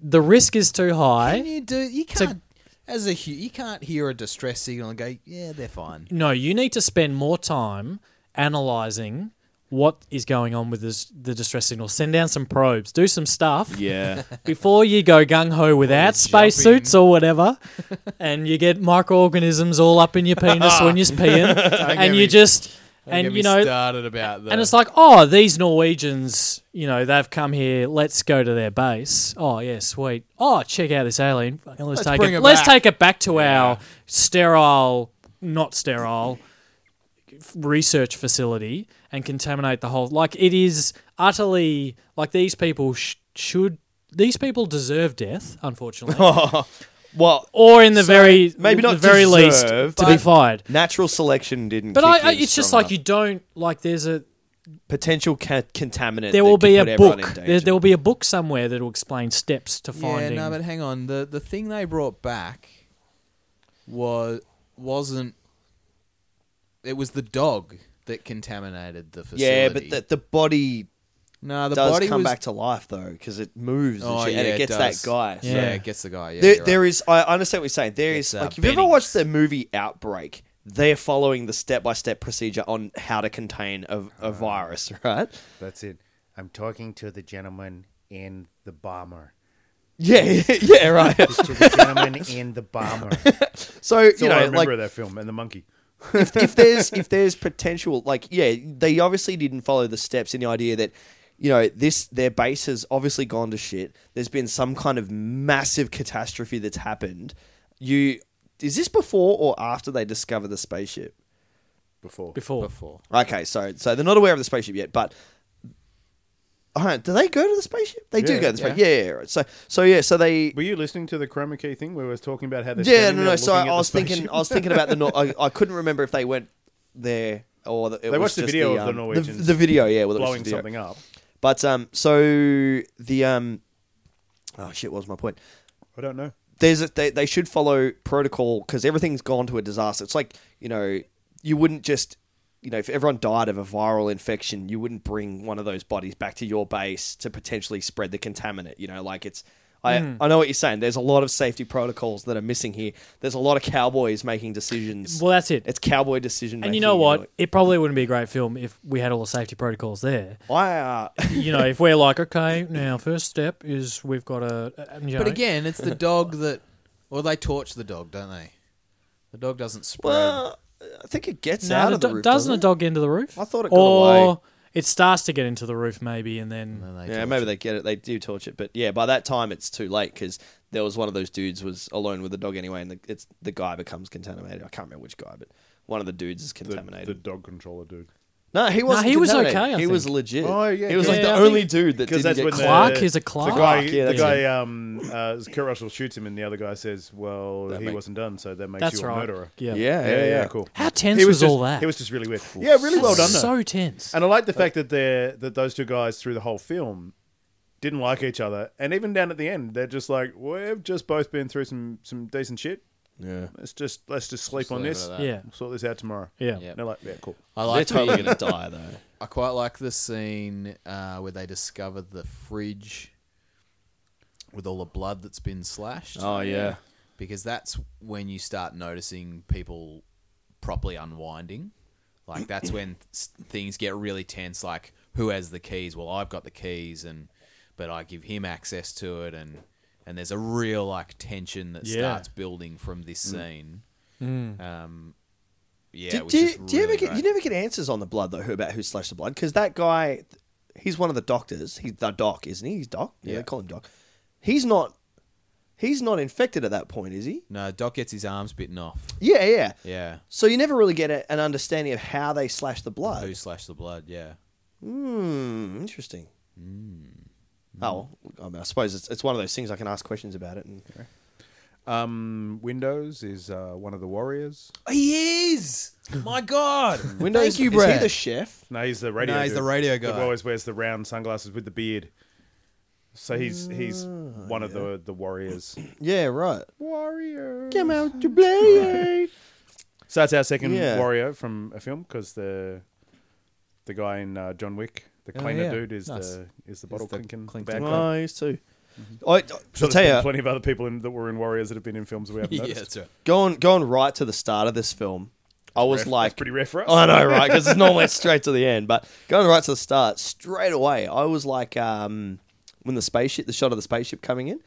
[SPEAKER 2] The risk is too
[SPEAKER 5] Can
[SPEAKER 2] high.
[SPEAKER 5] you do? You
[SPEAKER 2] a-
[SPEAKER 5] can't. as a hu- you can't hear a distress signal and go, yeah, they're fine.
[SPEAKER 2] No, you need to spend more time analyzing what is going on with this, the distress signal. Send down some probes, do some stuff
[SPEAKER 3] Yeah.
[SPEAKER 2] before you go gung ho without spacesuits or whatever, and you get microorganisms all up in your penis when you're peeing, and
[SPEAKER 5] Ah. get
[SPEAKER 2] you
[SPEAKER 5] me-
[SPEAKER 2] just
[SPEAKER 5] Don't
[SPEAKER 2] and
[SPEAKER 5] get
[SPEAKER 2] you
[SPEAKER 5] me
[SPEAKER 2] know
[SPEAKER 5] started about the
[SPEAKER 2] And it's like, oh, these Norwegians, you know, they've come here. Let's go to their base. Oh yeah, sweet. Oh, check out this alien. Fucking Let's,
[SPEAKER 5] Let's
[SPEAKER 2] take
[SPEAKER 5] bring
[SPEAKER 2] it.
[SPEAKER 5] it
[SPEAKER 2] let's
[SPEAKER 5] back.
[SPEAKER 2] take it back to our sterile, not sterile, f- research facility and contaminate the whole. Like it is utterly like these people sh- should. These people deserve death, unfortunately,
[SPEAKER 3] Well,
[SPEAKER 2] or in the very
[SPEAKER 3] maybe not
[SPEAKER 2] the very least
[SPEAKER 3] deserve,
[SPEAKER 2] to be
[SPEAKER 3] but-
[SPEAKER 2] fired.
[SPEAKER 3] natural selection didn't.
[SPEAKER 2] But
[SPEAKER 3] kick
[SPEAKER 2] I, I,
[SPEAKER 3] in
[SPEAKER 2] it's just
[SPEAKER 3] strong
[SPEAKER 2] like you don't like. There's a
[SPEAKER 3] enough. potential ca- contaminant.
[SPEAKER 2] there
[SPEAKER 3] that
[SPEAKER 2] will
[SPEAKER 3] could
[SPEAKER 2] be
[SPEAKER 3] put
[SPEAKER 2] a book.
[SPEAKER 3] everyone in
[SPEAKER 2] There,
[SPEAKER 3] danger.
[SPEAKER 2] there will be a book somewhere that will explain steps to
[SPEAKER 5] yeah,
[SPEAKER 2] finding.
[SPEAKER 5] no, but hang on. The the thing they brought back was wasn't. It was the dog. that contaminated the facility.
[SPEAKER 3] Yeah, but the, the body
[SPEAKER 5] no, the
[SPEAKER 3] does
[SPEAKER 5] body
[SPEAKER 3] come
[SPEAKER 5] was,
[SPEAKER 3] back to life though because it moves and,
[SPEAKER 5] Oh,
[SPEAKER 3] shit,
[SPEAKER 5] yeah,
[SPEAKER 3] and it gets that
[SPEAKER 5] does.
[SPEAKER 3] guy.
[SPEAKER 5] Yeah,
[SPEAKER 2] Yeah.
[SPEAKER 5] it gets the guy. Yeah,
[SPEAKER 3] there,
[SPEAKER 5] you're
[SPEAKER 3] there
[SPEAKER 5] right.
[SPEAKER 3] is. I understand what you're saying. There is
[SPEAKER 5] It's, uh,
[SPEAKER 3] like you've ever
[SPEAKER 5] Bennings.
[SPEAKER 3] watched the movie Outbreak. They're following the step-by-step procedure on how to contain a,
[SPEAKER 5] Uh.
[SPEAKER 3] a virus, right?
[SPEAKER 4] That's it. I'm talking to the gentleman in the bomber.
[SPEAKER 3] Yeah, yeah, right.
[SPEAKER 4] to the gentleman in the bomber.
[SPEAKER 3] So you
[SPEAKER 4] So I
[SPEAKER 3] know,
[SPEAKER 4] remember
[SPEAKER 3] like
[SPEAKER 4] that film and the monkey.
[SPEAKER 3] if, if there's if there's potential, like yeah, they obviously didn't follow the steps in the idea that you know this their base has obviously gone to shit. There's been some kind of massive catastrophe that's happened. You is this before or after they discover the spaceship?
[SPEAKER 4] Before.
[SPEAKER 2] before.
[SPEAKER 5] before.
[SPEAKER 3] Okay, so so they're not aware of the spaceship yet, but all right, do they go to the spaceship? They do
[SPEAKER 4] Yeah,
[SPEAKER 3] go to the spaceship. Yeah, yeah, yeah, right. So so yeah, so they
[SPEAKER 4] Were you listening to the chroma key thing where we was talking about how they're
[SPEAKER 3] yeah,
[SPEAKER 4] standing
[SPEAKER 3] no,
[SPEAKER 4] there
[SPEAKER 3] no. So I
[SPEAKER 4] looking at the
[SPEAKER 3] was thinking,
[SPEAKER 4] spaceship?
[SPEAKER 3] I was thinking about the. Nor- I, I couldn't remember if they went there or the, it was
[SPEAKER 4] watched the
[SPEAKER 3] just
[SPEAKER 4] video of the
[SPEAKER 3] um,
[SPEAKER 4] Norwegians
[SPEAKER 3] The, video, yeah, well, it was
[SPEAKER 4] blowing
[SPEAKER 3] just video.
[SPEAKER 4] something up.
[SPEAKER 3] But um, so the um, oh shit, what was my point?
[SPEAKER 4] I don't know.
[SPEAKER 3] There's a, they they should follow protocol because everything's gone to a disaster. It's like you know you wouldn't just you know if everyone died of a viral infection, you wouldn't bring one of those bodies back to your base to potentially spread the contaminant. You know, like it's. I,
[SPEAKER 2] Hmm.
[SPEAKER 3] I know what you're saying. There's a lot of safety protocols that are missing here. There's a lot of cowboys making decisions.
[SPEAKER 2] Well, that's it.
[SPEAKER 3] It's cowboy decision making.
[SPEAKER 2] and you know what? It probably wouldn't be a great film if we had all the safety protocols there.
[SPEAKER 3] I, uh,
[SPEAKER 2] You know, if we're like, okay, now first step is we've got a. uh, You know,
[SPEAKER 5] But again, it's the dog that, or they torch the dog, don't they? The dog doesn't spread.
[SPEAKER 3] well, I think it gets
[SPEAKER 2] no,
[SPEAKER 3] out
[SPEAKER 2] the
[SPEAKER 3] of the
[SPEAKER 2] do-
[SPEAKER 3] roof.
[SPEAKER 2] doesn't,
[SPEAKER 3] Doesn't
[SPEAKER 2] a dog get into the roof?
[SPEAKER 3] I thought it got
[SPEAKER 2] or
[SPEAKER 3] away.
[SPEAKER 2] it starts to get into the roof maybe, and then
[SPEAKER 5] and they
[SPEAKER 3] Yeah,
[SPEAKER 5] torch
[SPEAKER 3] maybe
[SPEAKER 5] it.
[SPEAKER 3] they get it. They do torch it, but yeah, by that time it's too late because there was one of those dudes was alone with the dog anyway, and the, it's the guy becomes contaminated. I can't remember which guy, but one of the dudes is
[SPEAKER 4] The,
[SPEAKER 3] contaminated.
[SPEAKER 4] the dog controller dude.
[SPEAKER 3] No, he wasn't.
[SPEAKER 2] he was
[SPEAKER 3] contaminated.
[SPEAKER 2] okay, I
[SPEAKER 3] he was
[SPEAKER 2] think.
[SPEAKER 3] legit.
[SPEAKER 4] Oh, yeah,
[SPEAKER 3] he was
[SPEAKER 4] yeah,
[SPEAKER 3] like the
[SPEAKER 2] yeah, I
[SPEAKER 3] only
[SPEAKER 4] think-
[SPEAKER 3] dude that
[SPEAKER 4] Because that's
[SPEAKER 3] didn't get
[SPEAKER 4] when
[SPEAKER 3] caught.
[SPEAKER 2] Clark? He's a Clark?
[SPEAKER 4] The guy,
[SPEAKER 3] Clark, yeah,
[SPEAKER 4] the
[SPEAKER 3] that's
[SPEAKER 4] guy um, uh, Kurt Russell shoots him, and the other guy says, "Well, he
[SPEAKER 3] make-
[SPEAKER 4] wasn't done, so that makes
[SPEAKER 2] that's
[SPEAKER 4] you a
[SPEAKER 2] right.
[SPEAKER 4] murderer."
[SPEAKER 2] Yeah.
[SPEAKER 3] Yeah, yeah, yeah.
[SPEAKER 4] cool.
[SPEAKER 2] How tense
[SPEAKER 4] He
[SPEAKER 2] was,
[SPEAKER 4] just,
[SPEAKER 2] all that?
[SPEAKER 4] He was just really weird. Yeah, really well done.
[SPEAKER 2] That's
[SPEAKER 4] though.
[SPEAKER 2] So tense.
[SPEAKER 4] And I like the fact that they that those two guys through the whole film didn't like each other, and even down at the end, they're just like, "We've just both been through some some decent shit.
[SPEAKER 3] Yeah.
[SPEAKER 4] Let's just let's just sleep
[SPEAKER 5] Just
[SPEAKER 4] on
[SPEAKER 5] leave it
[SPEAKER 4] this.
[SPEAKER 5] at that.
[SPEAKER 2] yeah.
[SPEAKER 4] We'll sort this out tomorrow."
[SPEAKER 2] Yeah.
[SPEAKER 5] Yep.
[SPEAKER 4] And they're like, uh, "Yeah, cool."
[SPEAKER 5] I
[SPEAKER 3] They're
[SPEAKER 5] like
[SPEAKER 3] totally
[SPEAKER 5] the,
[SPEAKER 3] gonna die though.
[SPEAKER 5] I quite like the scene uh, where they discover the fridge with all the blood that's been slashed.
[SPEAKER 3] Oh yeah,
[SPEAKER 5] because that's when you start noticing people properly unwinding. Like that's when s- things get really tense. Like who has the keys? Well, I've got the keys, and but I give him access to it, and and there's a real like tension that
[SPEAKER 2] Yeah.
[SPEAKER 5] starts building from this scene. Um, yeah,
[SPEAKER 3] Mm. Did-
[SPEAKER 5] which
[SPEAKER 3] do,
[SPEAKER 5] is
[SPEAKER 3] you, do you ever
[SPEAKER 5] really
[SPEAKER 3] get you
[SPEAKER 5] great.
[SPEAKER 3] never get answers on the blood though who about who slashed the blood because that guy he's one of the doctors he's the doc isn't he he's doc yeah, they
[SPEAKER 5] Yeah.
[SPEAKER 3] call him doc he's not he's not infected at that point is he
[SPEAKER 5] No, Doc gets his arms bitten off.
[SPEAKER 3] yeah yeah
[SPEAKER 5] Yeah,
[SPEAKER 3] so you never really get a, an understanding of how they slashed the
[SPEAKER 5] who
[SPEAKER 3] blood
[SPEAKER 5] slashed the blood? Yeah,
[SPEAKER 3] hmm interesting
[SPEAKER 4] Hmm.
[SPEAKER 3] oh well, I, mean, I suppose it's, it's one of those things I can ask questions about it and
[SPEAKER 4] Um, Windows is uh, one of the warriors.
[SPEAKER 5] he is. My God,
[SPEAKER 3] Windows
[SPEAKER 5] Thank you,
[SPEAKER 3] is he
[SPEAKER 5] Brad.
[SPEAKER 3] the chef
[SPEAKER 4] No, he's the radio.
[SPEAKER 5] No, he's
[SPEAKER 4] dude.
[SPEAKER 5] the radio guy.
[SPEAKER 4] That always wears the round sunglasses with the beard. So he's he's one of the the warriors.
[SPEAKER 3] yeah right
[SPEAKER 4] Warrior.
[SPEAKER 3] come out to play
[SPEAKER 4] So that's our second
[SPEAKER 3] Yeah.
[SPEAKER 4] warrior from a film because the the guy in uh, John Wick, the
[SPEAKER 5] Oh,
[SPEAKER 4] cleaner
[SPEAKER 5] yeah.
[SPEAKER 4] dude, is
[SPEAKER 5] Nice.
[SPEAKER 4] the is the bottle
[SPEAKER 5] the
[SPEAKER 4] clinking
[SPEAKER 5] clink-
[SPEAKER 4] bad guy.
[SPEAKER 3] nice too I, I,
[SPEAKER 4] So
[SPEAKER 3] I'll
[SPEAKER 4] Mm-hmm. there's
[SPEAKER 3] tell
[SPEAKER 4] been
[SPEAKER 3] you
[SPEAKER 4] plenty of other people in, that were in Warriors that have been in films we haven't
[SPEAKER 5] yeah,
[SPEAKER 4] noticed.
[SPEAKER 5] that's right.
[SPEAKER 3] going going right to the start of this film, I was
[SPEAKER 4] Ref-
[SPEAKER 3] like,
[SPEAKER 4] that's pretty rare for us.
[SPEAKER 3] I know, right? Because it's normally straight to the end, but going right to the start, straight away, I was like, um, when the spaceship, the shot of the spaceship coming in,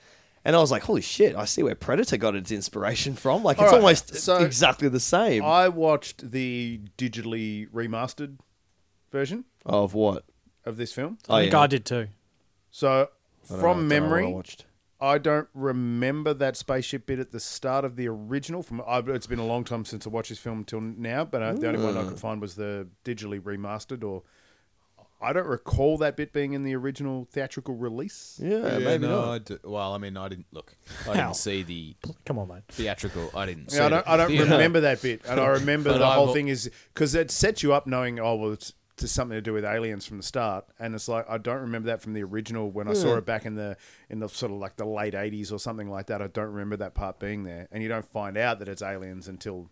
[SPEAKER 3] and I was like, holy shit, I see where Predator got its inspiration from. Like, it's
[SPEAKER 4] Alright,
[SPEAKER 3] almost
[SPEAKER 4] so-
[SPEAKER 3] exactly the same.
[SPEAKER 4] I watched the digitally remastered version
[SPEAKER 3] of what?
[SPEAKER 4] of this film.
[SPEAKER 3] Oh,
[SPEAKER 2] I think
[SPEAKER 3] yeah.
[SPEAKER 2] I did too.
[SPEAKER 4] So
[SPEAKER 3] I don't know, I
[SPEAKER 4] from
[SPEAKER 3] don't know what
[SPEAKER 4] memory,
[SPEAKER 3] I watched.
[SPEAKER 4] I don't remember that spaceship bit at the start of the original. From I, it's been a long time since I watched this film till now, but uh the only one I could find was the digitally remastered. Or I don't recall that bit being in the original theatrical release.
[SPEAKER 3] Yeah, maybe
[SPEAKER 5] no,
[SPEAKER 3] not.
[SPEAKER 5] I d- well, I mean, I didn't look. I
[SPEAKER 2] How?
[SPEAKER 5] didn't see the
[SPEAKER 2] Come on, mate.
[SPEAKER 5] theatrical. I didn't. see
[SPEAKER 4] Yeah, I don't,
[SPEAKER 5] the-
[SPEAKER 4] I don't
[SPEAKER 5] Yeah.
[SPEAKER 4] remember that bit, and I remember
[SPEAKER 5] But
[SPEAKER 4] the
[SPEAKER 5] I
[SPEAKER 4] whole
[SPEAKER 5] will-
[SPEAKER 4] thing is because it sets you up knowing oh well it's to something to do with aliens from the start, and it's like I don't remember that from the original when I saw it back in the in the sort of like the late eighties or something like that. I don't remember that part being there, and you don't find out that it's aliens until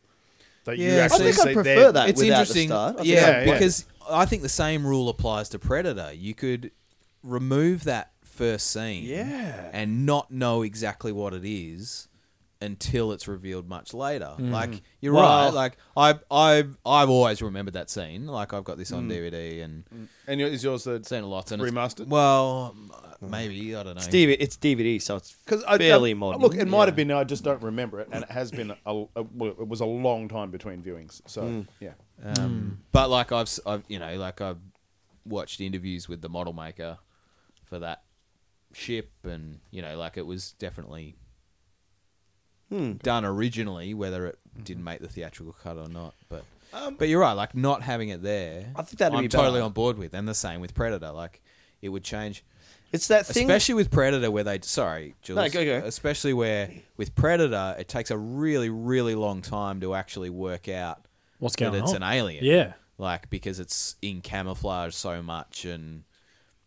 [SPEAKER 4] That you
[SPEAKER 5] Yeah, I
[SPEAKER 4] actually
[SPEAKER 5] think
[SPEAKER 3] I
[SPEAKER 4] see
[SPEAKER 3] prefer
[SPEAKER 4] they're-
[SPEAKER 3] that.
[SPEAKER 5] it's
[SPEAKER 3] without the
[SPEAKER 5] interesting.
[SPEAKER 3] start. I think
[SPEAKER 5] Yeah,
[SPEAKER 4] I- yeah.
[SPEAKER 5] because I think the same rule applies to Predator. You could remove that first scene,
[SPEAKER 3] Yeah.
[SPEAKER 5] and not know exactly what it is until it's revealed much later. Like you're
[SPEAKER 3] Hmm. Well-
[SPEAKER 5] right. Like I, I, I've always remembered that scene. Like I've got this
[SPEAKER 3] Hmm.
[SPEAKER 5] on DVD and
[SPEAKER 4] And your- is yours the
[SPEAKER 5] seen it lots. And it's-
[SPEAKER 4] Remastered?
[SPEAKER 5] Well, maybe I don't know.
[SPEAKER 3] It's DVD, it's DVD, so it's
[SPEAKER 4] because
[SPEAKER 3] fairly
[SPEAKER 4] I, um,
[SPEAKER 3] modern.
[SPEAKER 4] Look, it might have been. I just don't remember it, and it has been. A, a- well, it was a long time between viewings. So
[SPEAKER 5] Hmm.
[SPEAKER 4] yeah,
[SPEAKER 5] Um, But like I've, s- I've, you know, like I've watched interviews with the model maker for that ship, and you know, like it was definitely
[SPEAKER 3] Hmm.
[SPEAKER 5] done originally, whether it didn't make the theatrical cut or not. But but you're right, like not having it there,
[SPEAKER 3] Um, I think that'd
[SPEAKER 5] I'm
[SPEAKER 3] be
[SPEAKER 5] totally
[SPEAKER 3] better.
[SPEAKER 5] on board with, and the same with Predator, like. It would change,
[SPEAKER 3] It's that thing.
[SPEAKER 5] especially with Predator, where they sorry, Jules,
[SPEAKER 3] No, go, go.
[SPEAKER 5] especially where with Predator, it takes a really, really long time to actually work out
[SPEAKER 2] What's
[SPEAKER 5] that
[SPEAKER 2] going
[SPEAKER 5] it's
[SPEAKER 2] on?
[SPEAKER 5] an alien
[SPEAKER 2] Yeah.
[SPEAKER 5] like because it's in camouflage so much and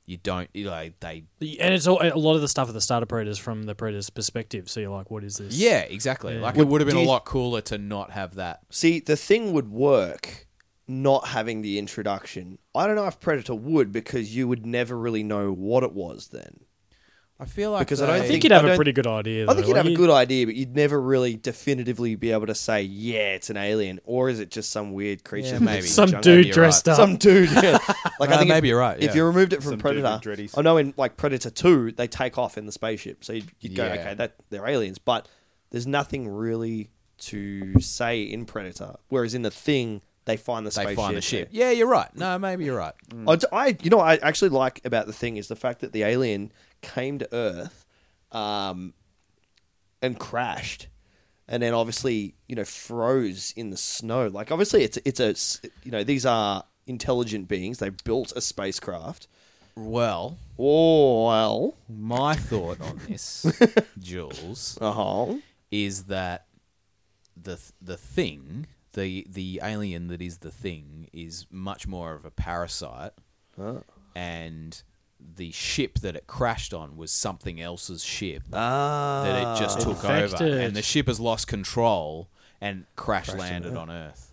[SPEAKER 5] you don't you like they
[SPEAKER 2] And it's all, a lot of the stuff at the start of Predators from the Predators' perspective. So you're like, what is this?
[SPEAKER 5] yeah exactly like it
[SPEAKER 3] Well,
[SPEAKER 5] would have been
[SPEAKER 3] do
[SPEAKER 5] a
[SPEAKER 3] you-
[SPEAKER 5] lot cooler to not have that
[SPEAKER 3] See, the thing would work not having the introduction. I don't know if Predator would because you would never really know what it was then.
[SPEAKER 5] i feel like
[SPEAKER 3] Because I don't
[SPEAKER 2] I
[SPEAKER 5] they-
[SPEAKER 2] think
[SPEAKER 3] think-
[SPEAKER 2] you'd have a
[SPEAKER 3] don't-
[SPEAKER 2] pretty good idea.
[SPEAKER 3] I think
[SPEAKER 2] though.
[SPEAKER 3] you'd
[SPEAKER 2] Like,
[SPEAKER 3] have a
[SPEAKER 2] you-
[SPEAKER 3] good idea, but you'd never really definitively be able to say, "Yeah, it's an alien," or is it just some weird creature?
[SPEAKER 5] Yeah,
[SPEAKER 3] that lives
[SPEAKER 5] maybe.
[SPEAKER 3] in the
[SPEAKER 2] Some
[SPEAKER 3] jungle?
[SPEAKER 2] dude
[SPEAKER 5] you're
[SPEAKER 2] dressed up.
[SPEAKER 3] some dude. yeah. Like
[SPEAKER 5] No,
[SPEAKER 3] I think
[SPEAKER 5] maybe
[SPEAKER 3] if,
[SPEAKER 5] you're right,
[SPEAKER 3] If
[SPEAKER 5] yeah.
[SPEAKER 3] you removed it from
[SPEAKER 4] Some dude with
[SPEAKER 3] Predator,
[SPEAKER 4] dreadies.
[SPEAKER 3] I know in like Predator Two, they take off in the spaceship, so you'd, you'd go,
[SPEAKER 5] Yeah.
[SPEAKER 3] okay, that they're aliens, but there's nothing really to say in Predator. Whereas in the Thing, they find the
[SPEAKER 5] they
[SPEAKER 3] spaceship.
[SPEAKER 5] find the ship yeah you're right no maybe you're right
[SPEAKER 3] I, I- you know, what I actually like about the Thing is the fact that the alien came to Earth, um, and crashed. And then obviously, you know, froze in the snow. Like obviously, it's it's a s- you know these are intelligent beings. They built a spacecraft,
[SPEAKER 5] well
[SPEAKER 3] Oh well.
[SPEAKER 5] my thought on this jules
[SPEAKER 3] Uh huh.
[SPEAKER 5] is that the the thing the the alien that is the thing is much more of a parasite,
[SPEAKER 3] Ah.
[SPEAKER 5] and the ship that it crashed on was something else's ship
[SPEAKER 3] Ah.
[SPEAKER 5] that it just took over,
[SPEAKER 2] Infected.
[SPEAKER 5] and the ship has lost control and crash landed on Earth.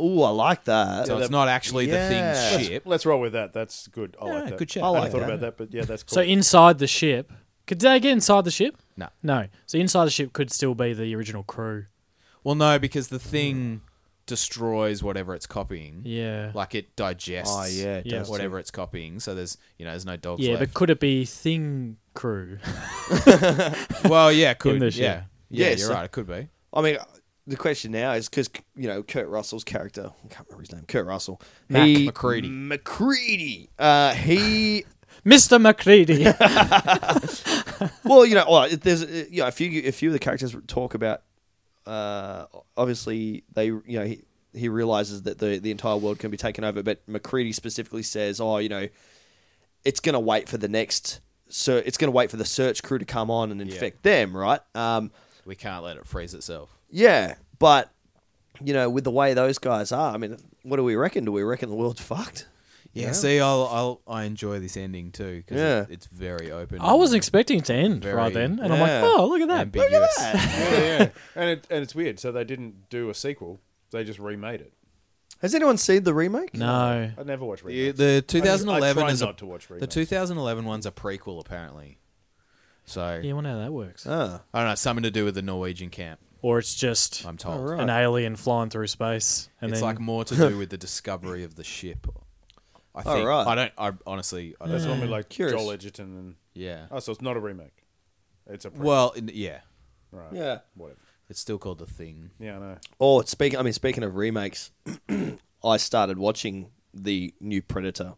[SPEAKER 3] Ooh, I like that.
[SPEAKER 5] So it's not actually
[SPEAKER 3] Yeah.
[SPEAKER 5] the thing's ship.
[SPEAKER 4] let's roll with that. That's good. I like
[SPEAKER 5] Yeah,
[SPEAKER 4] that.
[SPEAKER 5] good shout.
[SPEAKER 3] I
[SPEAKER 4] I
[SPEAKER 3] like
[SPEAKER 4] thought
[SPEAKER 3] that.
[SPEAKER 4] about that, but yeah, that's cool.
[SPEAKER 2] So inside the ship, could they get inside the ship?
[SPEAKER 5] No.
[SPEAKER 2] No. So inside the ship could still be the original crew.
[SPEAKER 5] Well, no, because the thing destroys whatever it's copying.
[SPEAKER 2] Yeah.
[SPEAKER 5] Like it digests.
[SPEAKER 3] Oh, yeah, it
[SPEAKER 2] Yeah. does
[SPEAKER 5] whatever it's copying. So there's you know there's no dogs.
[SPEAKER 2] yeah,
[SPEAKER 5] left.
[SPEAKER 2] but could it be Thing crew?
[SPEAKER 5] Well, yeah, could
[SPEAKER 2] the ship.
[SPEAKER 5] yeah. Yeah,
[SPEAKER 3] Yes.
[SPEAKER 5] you're right. It could be.
[SPEAKER 3] I mean, the question now is because you know Kurt Russell's character. I can't remember his name. Kurt Russell.
[SPEAKER 5] Mac McCready.
[SPEAKER 3] McCready. Uh, he.
[SPEAKER 2] Mr. McCready.
[SPEAKER 3] well, you know, well, it- there's uh, you know a few a few of the characters talk about. Uh, obviously, they you know he he realizes that the the entire world can be taken over, but McCready specifically says, "Oh, you know, it's going to wait for the next." So it's going to wait for the search crew to come on and infect them, right? Um,
[SPEAKER 5] We can't let it freeze itself.
[SPEAKER 3] Yeah, but you know, with the way those guys are, I mean, what do we reckon? Do we reckon the world's fucked?
[SPEAKER 5] Yeah, see, I'll, I'll I enjoy this ending too because
[SPEAKER 3] Yeah.
[SPEAKER 5] it's very open.
[SPEAKER 2] I wasn't expecting it to end
[SPEAKER 5] Very-
[SPEAKER 2] right then. And I'm
[SPEAKER 3] yeah.
[SPEAKER 2] like, oh, look at that.
[SPEAKER 5] ambiguous.
[SPEAKER 4] yeah, yeah. and it, and it's weird. So they didn't do a sequel. They just remade it.
[SPEAKER 3] Has anyone seen the remake?
[SPEAKER 2] No.
[SPEAKER 4] I never watched
[SPEAKER 5] The,
[SPEAKER 4] remakes.
[SPEAKER 5] the
[SPEAKER 4] I
[SPEAKER 5] 2011
[SPEAKER 4] try
[SPEAKER 5] is a-
[SPEAKER 4] not to watch
[SPEAKER 5] the
[SPEAKER 4] remakes.
[SPEAKER 5] 2011 one's a prequel apparently. So
[SPEAKER 2] Yeah, I wonder how that works.
[SPEAKER 3] Ah,
[SPEAKER 5] I don't know, something to do with the Norwegian camp.
[SPEAKER 2] or it's just
[SPEAKER 5] I'm told
[SPEAKER 3] right.
[SPEAKER 2] an alien flying through space. And
[SPEAKER 5] it's
[SPEAKER 2] then,
[SPEAKER 5] like more to do with the discovery of the ship. I
[SPEAKER 3] Oh,
[SPEAKER 5] think
[SPEAKER 3] right.
[SPEAKER 5] I don't. I honestly. I
[SPEAKER 4] That's
[SPEAKER 5] don't,
[SPEAKER 4] one with like
[SPEAKER 3] Curious.
[SPEAKER 4] Joel Edgerton and
[SPEAKER 5] yeah.
[SPEAKER 4] oh, so it's not a remake. It's a prequel.
[SPEAKER 5] Well, in, yeah,
[SPEAKER 4] right.
[SPEAKER 3] yeah.
[SPEAKER 4] whatever.
[SPEAKER 5] it's still called the thing.
[SPEAKER 4] Yeah, I know.
[SPEAKER 3] Oh, speaking. I mean, speaking of remakes, I started watching the new Predator,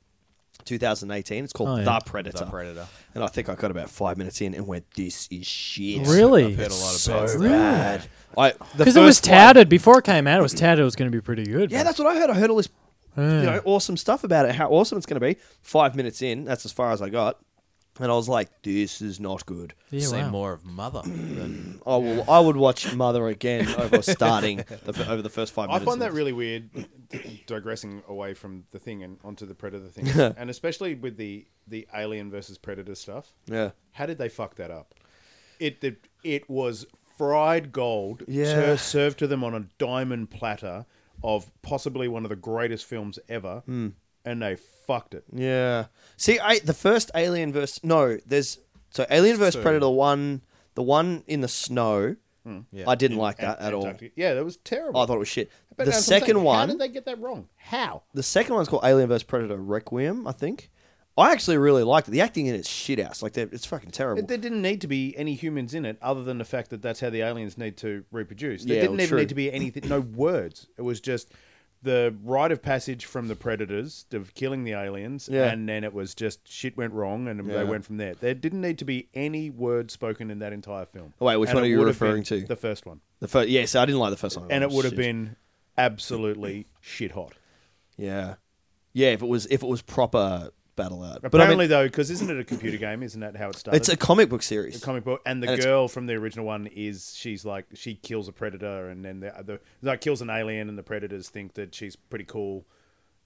[SPEAKER 3] 2018. It's called
[SPEAKER 2] Oh, yeah.
[SPEAKER 3] The Predator.
[SPEAKER 5] The predator.
[SPEAKER 3] And I think I got about five minutes in and went, "This is shit."
[SPEAKER 5] I've
[SPEAKER 2] really?
[SPEAKER 5] heard a lot of
[SPEAKER 3] So
[SPEAKER 5] bad stuff.
[SPEAKER 3] bad. I
[SPEAKER 2] Because it was touted before it came out. It was touted it was going to be pretty good.
[SPEAKER 3] Yeah, that's what I heard. I heard all this, you know, awesome stuff about it. How awesome it's going to be. Five minutes in, that's as far as I got, and I was like, "This is not good."
[SPEAKER 2] yeah,
[SPEAKER 5] Seen
[SPEAKER 2] wow.
[SPEAKER 5] more of Mother than
[SPEAKER 3] I will. I would watch Mother again over starting the, f- over the first five
[SPEAKER 4] I
[SPEAKER 3] minutes.
[SPEAKER 4] find that
[SPEAKER 3] of-
[SPEAKER 4] really weird, digressing away from the thing and onto the predator thing, and especially with the the alien versus predator stuff.
[SPEAKER 3] Yeah.
[SPEAKER 4] How did they fuck that up? It it, it was fried gold
[SPEAKER 3] Yeah.
[SPEAKER 4] ser- served to them on a diamond platter of possibly one of the greatest films ever,
[SPEAKER 3] Hmm.
[SPEAKER 4] and they fucked it.
[SPEAKER 3] Yeah. See, I the first Alien versus no, there's so Alien versus Predator one, the one in the snow.
[SPEAKER 5] Yeah.
[SPEAKER 3] I didn't
[SPEAKER 4] Hmm. In
[SPEAKER 3] like that
[SPEAKER 4] Ant-
[SPEAKER 3] at all. Oh,
[SPEAKER 4] Antarctica. Yeah, that was terrible.
[SPEAKER 3] I thought it was shit.
[SPEAKER 4] But
[SPEAKER 3] the
[SPEAKER 4] that's what I'm saying,
[SPEAKER 3] second
[SPEAKER 4] How
[SPEAKER 3] one,
[SPEAKER 4] did they get that wrong? How?
[SPEAKER 3] the second one's called Alien vs Predator Requiem, I think. I actually really liked it. The acting in it's shit ass. Like they're- it's fucking terrible.
[SPEAKER 4] It- There didn't need to be any humans in it, other than the fact that that's how the aliens need to reproduce. There
[SPEAKER 3] Yeah,
[SPEAKER 4] didn't
[SPEAKER 3] well,
[SPEAKER 4] even
[SPEAKER 3] true.
[SPEAKER 4] need to be anything. No words. It was just the rite of passage from the predators of killing the aliens,
[SPEAKER 3] Yeah.
[SPEAKER 4] and then it was just shit went wrong, and
[SPEAKER 3] Yeah.
[SPEAKER 4] they went from there. There didn't need to be any word spoken in that entire film.
[SPEAKER 3] Oh, wait, which
[SPEAKER 4] And
[SPEAKER 3] one
[SPEAKER 4] it
[SPEAKER 3] are you
[SPEAKER 4] would have
[SPEAKER 3] referring
[SPEAKER 4] been
[SPEAKER 3] to?
[SPEAKER 4] The first one,
[SPEAKER 3] the first, yeah, so I didn't like the first one.
[SPEAKER 4] and it would have
[SPEAKER 3] Shit.
[SPEAKER 4] been absolutely shit hot.
[SPEAKER 3] yeah, yeah. If it was if it was proper battle out, but I
[SPEAKER 4] Apparently,
[SPEAKER 3] mean,
[SPEAKER 4] though, because isn't it a computer game? Isn't that how it started?
[SPEAKER 3] it's a comic book series.
[SPEAKER 4] the comic book, and the
[SPEAKER 3] And it's-
[SPEAKER 4] girl from the original one is she's like she kills a predator, and then the other like kills an alien, and the predators think that she's pretty cool,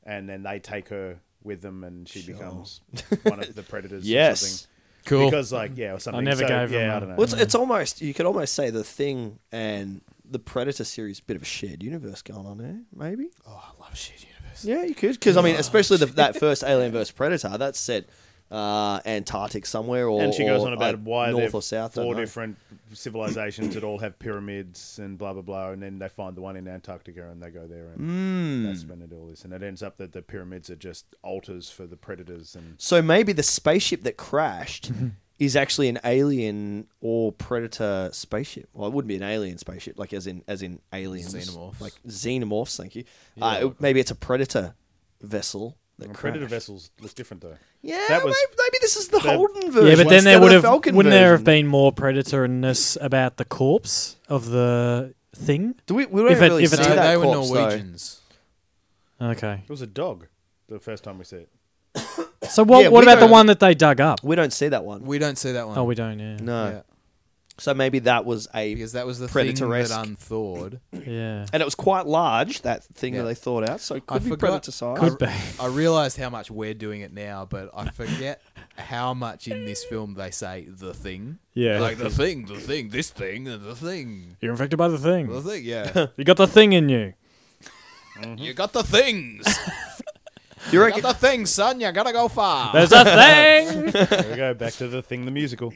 [SPEAKER 4] and then they take her with them, and she becomes one of the predators.
[SPEAKER 3] Yes.
[SPEAKER 4] or something.
[SPEAKER 1] Cool.
[SPEAKER 4] Because like yeah, or something.
[SPEAKER 2] never
[SPEAKER 4] So,
[SPEAKER 2] gave
[SPEAKER 4] yeah,
[SPEAKER 2] them
[SPEAKER 4] I
[SPEAKER 2] a-
[SPEAKER 4] don't know.
[SPEAKER 3] Well, it's, it's almost you could almost say the thing and the Predator series bit of a shared universe going on there, maybe.
[SPEAKER 5] Oh, I love shit universe.
[SPEAKER 3] Yeah, you could because I mean, especially the, that first Alien vs Predator that's set uh, Antarctic somewhere, or
[SPEAKER 4] and she goes
[SPEAKER 3] or,
[SPEAKER 4] on about
[SPEAKER 3] uh,
[SPEAKER 4] why
[SPEAKER 3] north
[SPEAKER 4] there
[SPEAKER 3] or south,
[SPEAKER 4] four
[SPEAKER 3] don't know.
[SPEAKER 4] different civilizations that all have pyramids and blah blah blah, and then they find the one in Antarctica and they go there,
[SPEAKER 3] Hmm.
[SPEAKER 4] and that's when it all is, and it ends up that the pyramids are just altars for the predators and.
[SPEAKER 3] So maybe the spaceship that crashed is actually an alien or predator spaceship. Well, it wouldn't be an alien spaceship, like as in as in aliens,
[SPEAKER 5] Xenomorphs.
[SPEAKER 3] like xenomorphs. Thank you. uh, it- maybe it's a predator vessel. That
[SPEAKER 4] Well, Predator
[SPEAKER 3] crashed.
[SPEAKER 4] vessels look different though.
[SPEAKER 3] Yeah,
[SPEAKER 4] That was-
[SPEAKER 3] maybe, maybe this is the
[SPEAKER 4] that-
[SPEAKER 3] Holden version.
[SPEAKER 2] Yeah, but then there
[SPEAKER 3] instead of
[SPEAKER 2] would
[SPEAKER 3] the
[SPEAKER 2] have
[SPEAKER 3] Falcon
[SPEAKER 2] wouldn't there
[SPEAKER 3] version.
[SPEAKER 2] have been more predatorness about the corpse of the thing?
[SPEAKER 3] Do we, we don't
[SPEAKER 2] If it-
[SPEAKER 3] really
[SPEAKER 2] if
[SPEAKER 3] see
[SPEAKER 2] it's-
[SPEAKER 5] No,
[SPEAKER 3] that
[SPEAKER 5] they were
[SPEAKER 3] corpse, though.
[SPEAKER 5] Norwegians.
[SPEAKER 2] Okay.
[SPEAKER 4] It was a dog the first time we see it.
[SPEAKER 2] So what?
[SPEAKER 3] Yeah,
[SPEAKER 2] what
[SPEAKER 3] we
[SPEAKER 2] about the
[SPEAKER 3] don't-
[SPEAKER 2] one that they dug up?
[SPEAKER 3] We don't see that one.
[SPEAKER 5] We don't see that one.
[SPEAKER 2] Oh, we don't. Yeah.
[SPEAKER 3] no.
[SPEAKER 5] Yeah.
[SPEAKER 3] So maybe that was a
[SPEAKER 5] Because that was the
[SPEAKER 3] Predator-esque.
[SPEAKER 5] thing that unthawed.
[SPEAKER 2] Yeah.
[SPEAKER 3] and it was quite large that thing
[SPEAKER 5] Yeah.
[SPEAKER 3] that they thought out. So it
[SPEAKER 5] I
[SPEAKER 3] could be
[SPEAKER 5] forgot-
[SPEAKER 3] predator size.
[SPEAKER 2] Could be.
[SPEAKER 5] I realized how much we're doing it now, but I forget how much in this film they say the thing.
[SPEAKER 2] Yeah.
[SPEAKER 5] Like the thing, the thing, this thing, and the thing.
[SPEAKER 2] You're infected by the
[SPEAKER 5] The
[SPEAKER 2] thing.
[SPEAKER 5] thing, yeah.
[SPEAKER 2] You got the thing in you.
[SPEAKER 5] you got the things.
[SPEAKER 3] You
[SPEAKER 5] You
[SPEAKER 3] reckon?
[SPEAKER 5] got the thing, son. You gotta go far.
[SPEAKER 2] There's a thing.
[SPEAKER 4] There we go, back to the thing, the musical.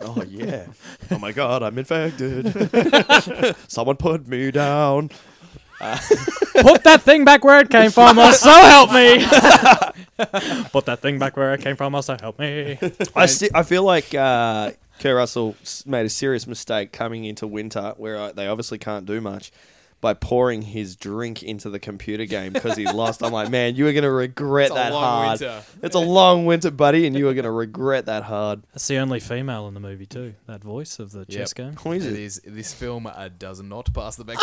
[SPEAKER 3] Oh yeah. oh my god, I'm infected. Someone put me down.
[SPEAKER 2] Put that thing back where it came from, or so help me. Put that thing back where it came from, or so help me.
[SPEAKER 3] I sti- I feel like uh, Kerr Russell s- made a serious mistake coming into winter, where uh, they obviously can't do much. By pouring his drink into the computer game because he lost, I'm like, man, you are going to regret
[SPEAKER 5] It's a
[SPEAKER 3] that
[SPEAKER 5] long
[SPEAKER 3] hard.
[SPEAKER 5] winter.
[SPEAKER 3] It's a long winter, buddy, and you are going to regret that hard.
[SPEAKER 2] That's the only female in the movie too. That voice of the chess game.
[SPEAKER 3] Who is
[SPEAKER 5] It
[SPEAKER 3] it?
[SPEAKER 5] is. This film uh, does not pass the back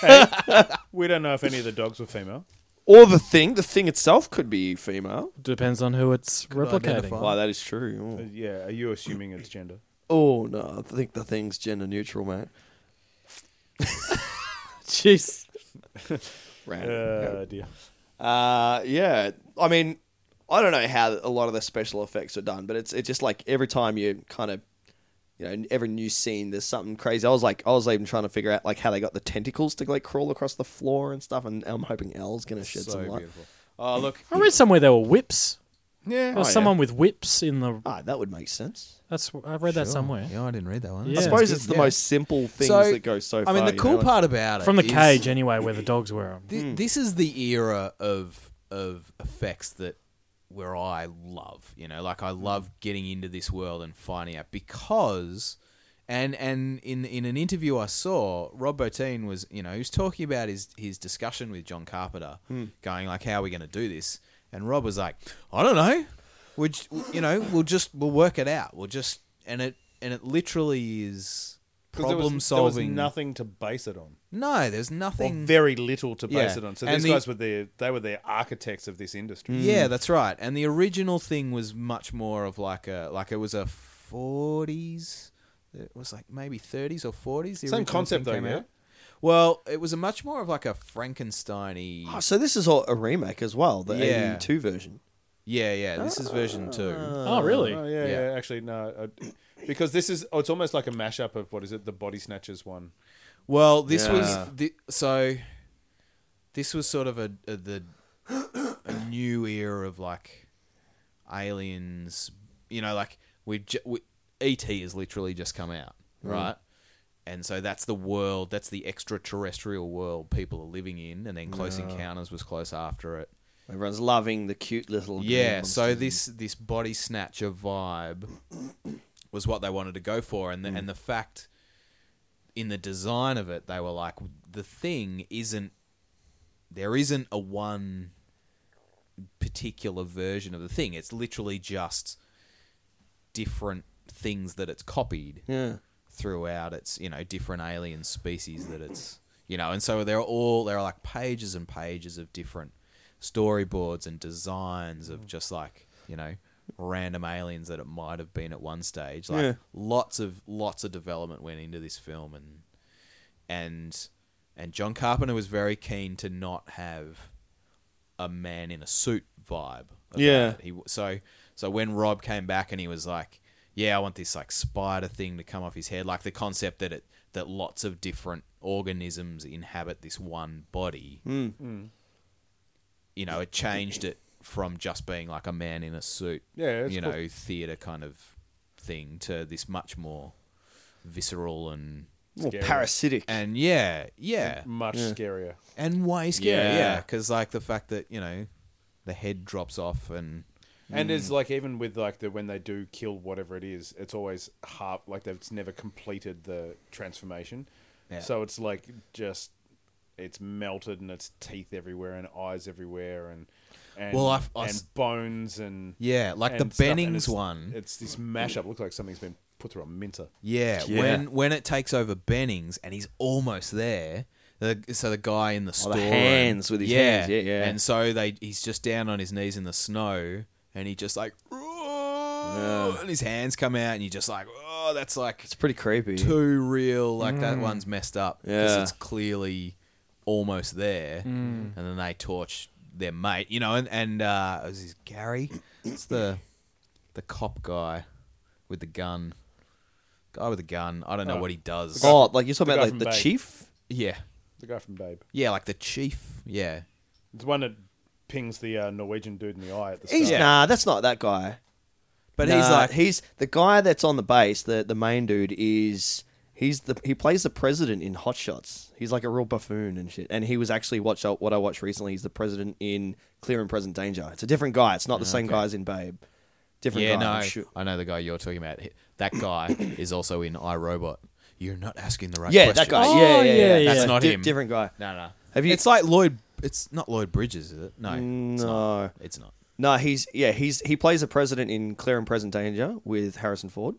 [SPEAKER 5] test.
[SPEAKER 4] We don't know if any of the dogs were female.
[SPEAKER 3] Or the thing. The thing itself could be female.
[SPEAKER 2] Depends on who it's
[SPEAKER 5] identify.
[SPEAKER 2] replicating.
[SPEAKER 3] Why that is true.
[SPEAKER 4] Uh,
[SPEAKER 3] Oh.
[SPEAKER 4] Yeah, are you assuming it's gender?
[SPEAKER 3] Oh, no, I think the thing's gender neutral, mate.
[SPEAKER 2] Jeez.
[SPEAKER 3] Random.
[SPEAKER 4] Uh, dear.
[SPEAKER 3] Uh, yeah. I mean, I don't know how a lot of the special effects are done, but it's it's just like every time you kind of, you know, every new scene, there's something crazy. I was like, I was even trying to figure out like how they got the tentacles to like crawl across the floor and stuff, and I'm hoping Elle's gonna shed
[SPEAKER 5] so
[SPEAKER 3] some light.
[SPEAKER 5] beautiful.
[SPEAKER 3] Oh, look.
[SPEAKER 2] I read somewhere there were whips.
[SPEAKER 4] Yeah.
[SPEAKER 2] There was
[SPEAKER 3] Oh, yeah.
[SPEAKER 2] someone with whips in the.
[SPEAKER 3] Ah, that would make sense.
[SPEAKER 2] That's I read that
[SPEAKER 5] Sure.
[SPEAKER 2] somewhere.
[SPEAKER 5] Oh, Yeah, I didn't read that one.
[SPEAKER 2] Yeah.
[SPEAKER 3] I suppose it's the
[SPEAKER 5] Yeah.
[SPEAKER 3] most simple things
[SPEAKER 5] So,
[SPEAKER 3] that go so
[SPEAKER 5] I
[SPEAKER 3] far.
[SPEAKER 5] mean, the
[SPEAKER 3] you
[SPEAKER 5] cool
[SPEAKER 3] know? Hmm.
[SPEAKER 5] part about it
[SPEAKER 2] From the
[SPEAKER 5] is-
[SPEAKER 2] cage, anyway, where the dogs were. 'em.
[SPEAKER 5] Th- This is the era of of effects that where I love, you know, like I
[SPEAKER 3] Hmm.
[SPEAKER 5] love getting into this world and finding out because and and in in an interview I saw, Rob Bottin was, you know, he was talking about his his discussion with John Carpenter,
[SPEAKER 3] Hmm.
[SPEAKER 5] going like, "How are we going to do this?" And Rob was like, "I don't know. We, j- you know, we'll just we'll work it out. We'll just and it and it literally is
[SPEAKER 4] 'Cause there was-
[SPEAKER 5] problem solving.
[SPEAKER 4] There was nothing to base it on.
[SPEAKER 5] No, there's
[SPEAKER 4] Or
[SPEAKER 5] nothing.
[SPEAKER 4] very little to base
[SPEAKER 5] Yeah.
[SPEAKER 4] it on. So
[SPEAKER 5] And
[SPEAKER 4] these
[SPEAKER 5] the- Mm.
[SPEAKER 4] guys were the they were the architects of this industry.
[SPEAKER 5] Yeah, that's right. And the original thing was much more of like a like it was a forties. It was like maybe thirties or forties.
[SPEAKER 4] Same concept though, yeah?
[SPEAKER 5] Well, it was a much more of like a Frankenstein-y...
[SPEAKER 3] Oh, so this is all a remake as well, the
[SPEAKER 5] Yeah.
[SPEAKER 3] 82 version.
[SPEAKER 5] Yeah, yeah. This is version two.
[SPEAKER 4] Ah.
[SPEAKER 5] uh,
[SPEAKER 2] oh, really?
[SPEAKER 4] Oh, yeah, yeah,
[SPEAKER 5] Yeah.
[SPEAKER 4] Actually, no. I, because this is oh, it's almost like a mashup of what is it the Body Snatchers one.
[SPEAKER 5] Well, this
[SPEAKER 3] Yeah.
[SPEAKER 5] was the, so. This was sort of a, a the a new era of like aliens. You know, like we've ju- we, ET has literally just come out, right? And so that's the world. That's the extraterrestrial world people are living in. And then Close Encounters was close after it.
[SPEAKER 3] Everyone's loving the cute little
[SPEAKER 5] Yeah,
[SPEAKER 3] green
[SPEAKER 5] so
[SPEAKER 3] monsters.
[SPEAKER 5] this this body snatcher vibe was what they wanted to go for, and the, and the fact in the design of it, they were like, the thing isn't there isn't a one particular version of the thing. It's literally just different things that it's copied
[SPEAKER 3] yeah.
[SPEAKER 5] throughout its you know different alien species that it's you know and so there are all there are like pages and pages of different storyboards and designs
[SPEAKER 3] Mm.
[SPEAKER 5] of just like you know random aliens that it might have been at one stage like
[SPEAKER 3] Yeah.
[SPEAKER 5] lots of lots of development went into this film and and and John Carpenter was very keen to not have a man in a suit vibe. about
[SPEAKER 3] Yeah.
[SPEAKER 5] it. He so so when Rob came back and he was like, "Yeah, I want this like spider thing to come off his head," like the concept that it that lots of different organisms inhabit this one body. You know, it changed it from just being like a man in a suit,
[SPEAKER 4] Yeah, it's
[SPEAKER 5] you
[SPEAKER 4] cool.
[SPEAKER 5] know, theater kind of thing to this much more visceral and
[SPEAKER 3] More
[SPEAKER 4] Scary.
[SPEAKER 3] parasitic.
[SPEAKER 5] and yeah, yeah,
[SPEAKER 4] Much scarier.
[SPEAKER 5] and way scary,
[SPEAKER 1] Yeah.
[SPEAKER 5] yeah, because like the fact that you know the head drops off and
[SPEAKER 4] And
[SPEAKER 5] Mm.
[SPEAKER 4] it's like even with like the when they do kill whatever it is, it's always half like they've never completed the transformation.
[SPEAKER 5] Yeah.
[SPEAKER 4] So it's like just it's melted and it's teeth everywhere and eyes everywhere and and,
[SPEAKER 5] Well, I've- I
[SPEAKER 4] and
[SPEAKER 5] s-
[SPEAKER 4] bones and
[SPEAKER 5] yeah, like
[SPEAKER 4] and
[SPEAKER 5] the
[SPEAKER 4] stuff, and
[SPEAKER 5] Bennings
[SPEAKER 4] it's-
[SPEAKER 5] one,
[SPEAKER 4] It's this mashup. Looks like something's been put through a minter.
[SPEAKER 5] yeah,
[SPEAKER 3] Yeah.
[SPEAKER 5] when when it takes over Bennings and he's almost there. The, so the guy in the
[SPEAKER 3] Oh,
[SPEAKER 5] store,
[SPEAKER 3] the hands with his hands, yeah, yeah.
[SPEAKER 5] and so they he's just down on his knees in the snow, and he just like, and his hands come out, and you just like, oh, that's like
[SPEAKER 3] it's pretty creepy.
[SPEAKER 5] too real. Like that one's messed up because
[SPEAKER 3] Yeah.
[SPEAKER 5] it's clearly almost there, and then they torch their mate. You know, and and uh, was this Gary? It's the the cop guy with the gun. Guy with the gun. I don't know
[SPEAKER 4] Oh.
[SPEAKER 5] what he does.
[SPEAKER 3] Oh, like you're
[SPEAKER 4] The
[SPEAKER 3] talking
[SPEAKER 4] guy
[SPEAKER 3] about like
[SPEAKER 4] from
[SPEAKER 3] the
[SPEAKER 4] Bay.
[SPEAKER 3] chief?
[SPEAKER 5] Yeah,
[SPEAKER 4] The guy from Babe.
[SPEAKER 5] yeah, like the chief. Yeah,
[SPEAKER 4] It's the one that pings the uh, Norwegian dude in the eye at the start.
[SPEAKER 3] He's nah, that's not that guy.
[SPEAKER 5] but
[SPEAKER 3] Nah,
[SPEAKER 5] he's like
[SPEAKER 3] he's the guy that's on the base, the the main dude is he's the he plays the president in Hot Shots. He's like a real buffoon and shit. And he was actually watch uh, what I watched recently, he's the president in Clear and Present Danger. It's a different guy. It's not the same guy as in Babe. Different
[SPEAKER 5] yeah,
[SPEAKER 3] guy. I'm
[SPEAKER 5] no,
[SPEAKER 3] sure.
[SPEAKER 5] I know the guy you're talking about. That guy is also in iRobot. You're not asking the right
[SPEAKER 3] Yeah,
[SPEAKER 5] question.
[SPEAKER 3] that guy.
[SPEAKER 2] Oh,
[SPEAKER 3] yeah, yeah, yeah,
[SPEAKER 2] yeah, yeah.
[SPEAKER 5] That's not
[SPEAKER 3] Di-
[SPEAKER 5] him.
[SPEAKER 3] Different guy.
[SPEAKER 5] No, no.
[SPEAKER 3] Have you-
[SPEAKER 5] It's like Lloyd. It's not Lloyd Bridges, is it? No, it's not.
[SPEAKER 3] No.
[SPEAKER 5] It's not.
[SPEAKER 3] No, he's yeah, he's he plays the president in Clear and Present Danger with Harrison Ford,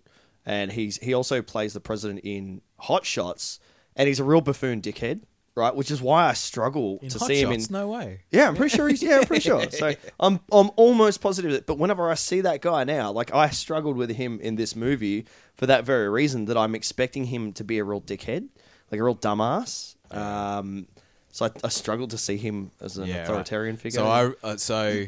[SPEAKER 3] and he's he also plays the president in Hot Shots, and he's a real buffoon dickhead, right? Which is why I struggle
[SPEAKER 5] In
[SPEAKER 3] to
[SPEAKER 5] Hot
[SPEAKER 3] see him in.
[SPEAKER 5] Shots, no way.
[SPEAKER 3] Yeah, I'm pretty sure he's yeah, I'm pretty sure. So I'm I'm almost positive, that, but whenever I see that guy now, like I struggled with him in this movie for that very reason that I'm expecting him to be a real dickhead, like a real dumbass. Um, so I, I struggled to see him as an
[SPEAKER 5] Yeah, right.
[SPEAKER 3] authoritarian figure.
[SPEAKER 5] So I uh, so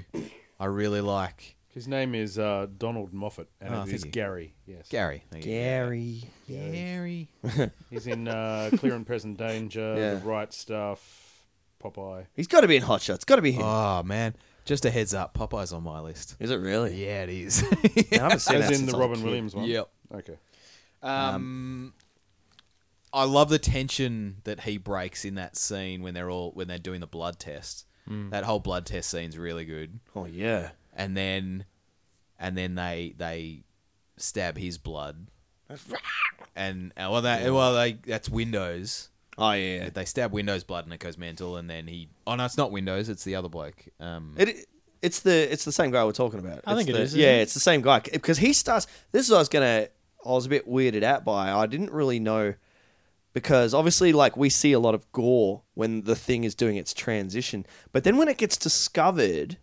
[SPEAKER 5] I really like
[SPEAKER 4] His name is uh, Donald Moffat, and
[SPEAKER 5] Oh,
[SPEAKER 4] it
[SPEAKER 5] thank
[SPEAKER 4] is
[SPEAKER 5] you.
[SPEAKER 4] Gary. Yes,
[SPEAKER 5] Gary. Thank you.
[SPEAKER 3] Gary.
[SPEAKER 5] Gary.
[SPEAKER 4] he's in uh, Clear and Present Danger,
[SPEAKER 3] Yeah.
[SPEAKER 4] The Right Stuff, Popeye.
[SPEAKER 3] He's got to be in Hot Shots. Got to be him.
[SPEAKER 5] Oh man, just a heads up. Popeye's on my list.
[SPEAKER 3] Is it really?
[SPEAKER 5] Yeah, it is.
[SPEAKER 3] Man, I haven't seen
[SPEAKER 4] As
[SPEAKER 3] that
[SPEAKER 4] in
[SPEAKER 3] since
[SPEAKER 4] the
[SPEAKER 3] I was a
[SPEAKER 4] Robin
[SPEAKER 3] kid.
[SPEAKER 4] Williams one.
[SPEAKER 5] Yep.
[SPEAKER 4] Okay.
[SPEAKER 5] Um, I love the tension that he breaks in that scene when they're all when they're doing the blood test.
[SPEAKER 3] Mm.
[SPEAKER 5] That whole blood test scene's really good.
[SPEAKER 3] Oh yeah,
[SPEAKER 5] and then and then they they stab his blood and uh, well they well they that's windows
[SPEAKER 3] oh yeah.
[SPEAKER 5] they stab windows blood and it goes mental and then he oh no it's not windows it's the other bloke um
[SPEAKER 3] It it's the it's the same guy we're talking about.
[SPEAKER 2] I
[SPEAKER 3] It's
[SPEAKER 2] think it
[SPEAKER 3] the-
[SPEAKER 2] is, isn't
[SPEAKER 3] Yeah,
[SPEAKER 2] it?
[SPEAKER 3] it's the same guy because he starts. This is what I was gonna. I was a bit weirded out by. I didn't really know because obviously, like we see a lot of gore when the thing is doing its transition, but then when it gets discovered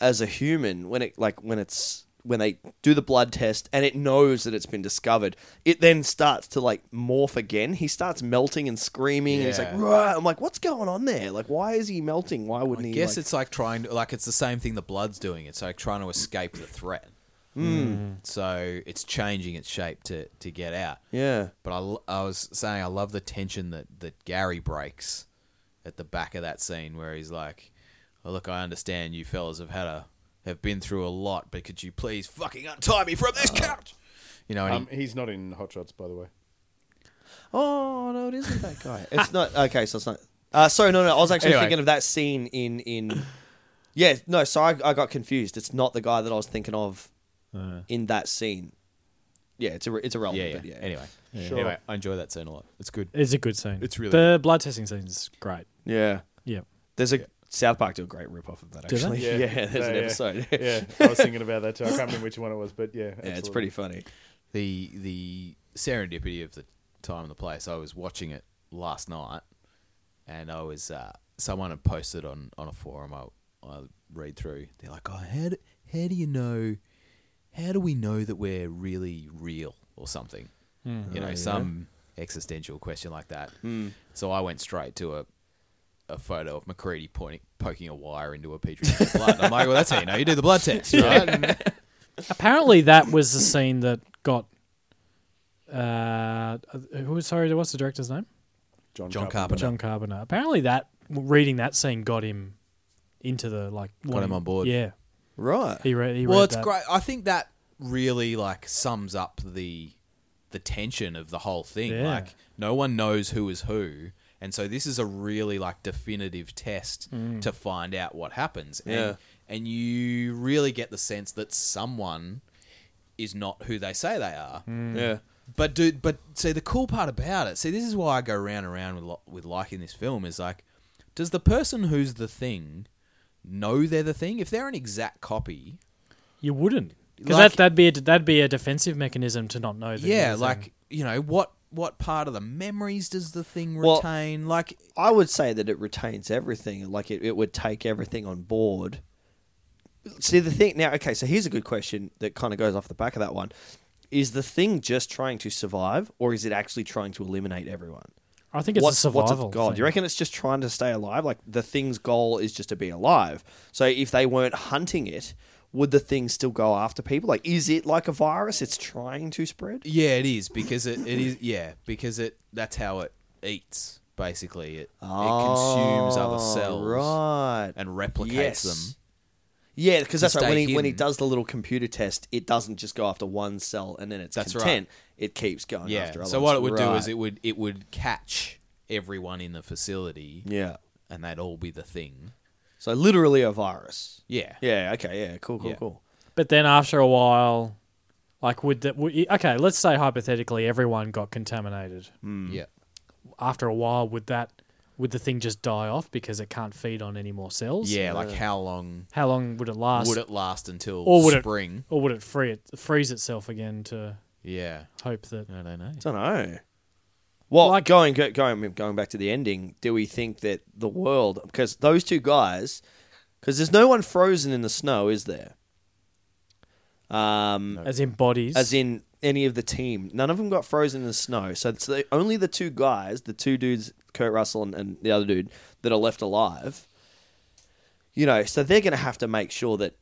[SPEAKER 3] as a human, when it like when it's when they do the blood test and it knows that it's been discovered, it then starts to like morph again. He starts melting and screaming, and he's like,
[SPEAKER 5] Yeah.
[SPEAKER 3] "Rah!" I'm like, "What's going on there? Like, why is he melting? Why
[SPEAKER 5] I
[SPEAKER 3] wouldn't he?"
[SPEAKER 5] guess
[SPEAKER 3] like-
[SPEAKER 5] it's like trying to like it's the same thing the blood's doing it's like trying to escape the threat
[SPEAKER 3] Hmm.
[SPEAKER 5] So it's changing its shape to to get out.
[SPEAKER 3] Yeah.
[SPEAKER 5] But I, l- I was saying I love the tension that, that Gary breaks at the back of that scene where he's like, oh, "Look, I understand you fellas have had a have been through a lot, but could you please fucking untie me from
[SPEAKER 3] Uh,
[SPEAKER 5] this couch?" You know, and
[SPEAKER 4] Um,
[SPEAKER 5] he,
[SPEAKER 4] he's not in Hot Shots, by the way.
[SPEAKER 3] Oh no, it isn't that guy. It's not okay. So it's not. Uh, sorry, no, no. I was actually
[SPEAKER 5] Anyway.
[SPEAKER 3] thinking of that scene in in. Yeah, no. So I, I got confused. It's not the guy that I was thinking of in that scene. Yeah, it's a, it's irrelevant.
[SPEAKER 5] yeah, yeah.
[SPEAKER 3] But yeah,
[SPEAKER 5] Anyway,
[SPEAKER 4] Sure.
[SPEAKER 5] anyway, I enjoy that scene a lot. It's good.
[SPEAKER 2] It's a good scene.
[SPEAKER 5] It's really
[SPEAKER 2] the blood testing scene is great.
[SPEAKER 3] yeah.
[SPEAKER 2] Yeah.
[SPEAKER 3] There's a South Park do a great rip off of that
[SPEAKER 2] Do they?
[SPEAKER 3] actually.
[SPEAKER 4] Yeah,
[SPEAKER 3] yeah, there's an
[SPEAKER 4] yeah.
[SPEAKER 3] episode. Yeah,
[SPEAKER 4] Yeah, I was thinking about that too. I can't remember which one it was, but yeah,
[SPEAKER 3] it's
[SPEAKER 4] absolutely.
[SPEAKER 3] pretty funny.
[SPEAKER 5] the the serendipity of the time and the place. I was watching it last night, and I was uh, someone had posted on on a forum. I I read through. They're like, "Oh, how do, how do you know? How do we know that we're really real or something? You know, some existential question like that." So I went straight to a. A photo of McCready pointing, poking a wire into a petri dish of blood. I'm like, well, that's how you know you do the blood test, right? And-
[SPEAKER 2] Apparently, that was the scene that got. Uh, who was sorry? What's the director's name?
[SPEAKER 5] John
[SPEAKER 4] Carpenter.
[SPEAKER 5] Carpenter.
[SPEAKER 2] John Carpenter. Apparently, that reading that scene got him into the like.
[SPEAKER 5] Got
[SPEAKER 2] wanting-
[SPEAKER 5] him on board.
[SPEAKER 2] Yeah,
[SPEAKER 3] Right.
[SPEAKER 2] he read. He
[SPEAKER 5] well
[SPEAKER 2] read
[SPEAKER 5] it's
[SPEAKER 2] that.
[SPEAKER 5] great i think that really like sums up the the tension of the whole thing
[SPEAKER 2] Yeah.
[SPEAKER 5] like no one knows who is who and so this is a really like definitive test
[SPEAKER 2] Mm.
[SPEAKER 5] to find out what happens
[SPEAKER 3] Yeah.
[SPEAKER 5] and, and you really get the sense that someone is not who they say they are
[SPEAKER 2] Mm.
[SPEAKER 3] Yeah.
[SPEAKER 5] but dude, but see the cool part about it. See, this is why I go round and round with lo- with liking this film is like, does the person who's the thing know they're the thing? If they're an exact copy,
[SPEAKER 2] You wouldn't because
[SPEAKER 5] Like-
[SPEAKER 2] that that'd be a, that'd be a defensive mechanism to not know. That you're
[SPEAKER 5] yeah,
[SPEAKER 2] the thing.
[SPEAKER 5] like you know what what part of the memories does the thing
[SPEAKER 3] Well-
[SPEAKER 5] retain? like
[SPEAKER 3] I would say that it retains everything. Like it, it would take everything on board. See the thing now. Okay, so here's a good question that kind of goes off the back of that one: Is the thing just trying to survive, or is it actually trying to eliminate everyone?
[SPEAKER 2] I think it's a survival.
[SPEAKER 3] what's its goal? Do
[SPEAKER 2] thing.
[SPEAKER 3] you reckon it's just trying to stay alive? Like the thing's goal is just to be alive. So if they weren't hunting it, would the thing still go after people? Like, is it like a virus? It's trying to spread.
[SPEAKER 5] yeah, it is because it, it is yeah because it that's how it eats basically. It it consumes other
[SPEAKER 3] Oh,
[SPEAKER 5] cells
[SPEAKER 3] right?
[SPEAKER 5] and replicates
[SPEAKER 3] Yes.
[SPEAKER 5] them.
[SPEAKER 3] Yeah, because that's right. When
[SPEAKER 5] stay
[SPEAKER 3] he when he
[SPEAKER 5] hidden.
[SPEAKER 3] does the little computer test, it doesn't just go after one cell and then it's
[SPEAKER 5] That's right.
[SPEAKER 3] content. It keeps going
[SPEAKER 5] Yeah.
[SPEAKER 3] after. Others.
[SPEAKER 5] So what it would do is
[SPEAKER 3] Right.
[SPEAKER 5] it would it would catch everyone in the facility.
[SPEAKER 3] yeah.
[SPEAKER 5] and they'd all be the thing.
[SPEAKER 3] So literally a virus.
[SPEAKER 5] Yeah.
[SPEAKER 3] Yeah. Okay. Yeah. Cool. Cool.
[SPEAKER 5] Yeah.
[SPEAKER 3] Cool.
[SPEAKER 2] But then after a while, like would that? Would, okay, let's say hypothetically everyone got contaminated.
[SPEAKER 5] Yeah.
[SPEAKER 2] After a while, would that would the thing just die off because it can't feed on any more cells?
[SPEAKER 5] Yeah, like how long
[SPEAKER 2] How long would it last?
[SPEAKER 5] would it last until
[SPEAKER 2] Or would it-
[SPEAKER 5] spring?
[SPEAKER 2] or would it free it freeze itself again to
[SPEAKER 5] Yeah.
[SPEAKER 2] hope that?
[SPEAKER 5] I don't know.
[SPEAKER 3] Don't know. Well,
[SPEAKER 2] Like-
[SPEAKER 3] going go- going going back to the ending, do we think that the world because those two guys because there's no one frozen in the snow, is there? Um,
[SPEAKER 2] As in bodies,
[SPEAKER 3] as in any of the team. None of them got frozen in the snow. So it's the, only the two guys, the two dudes, Kurt Russell and, and the other dude, that are left alive. You know, so they're going to have to make sure that.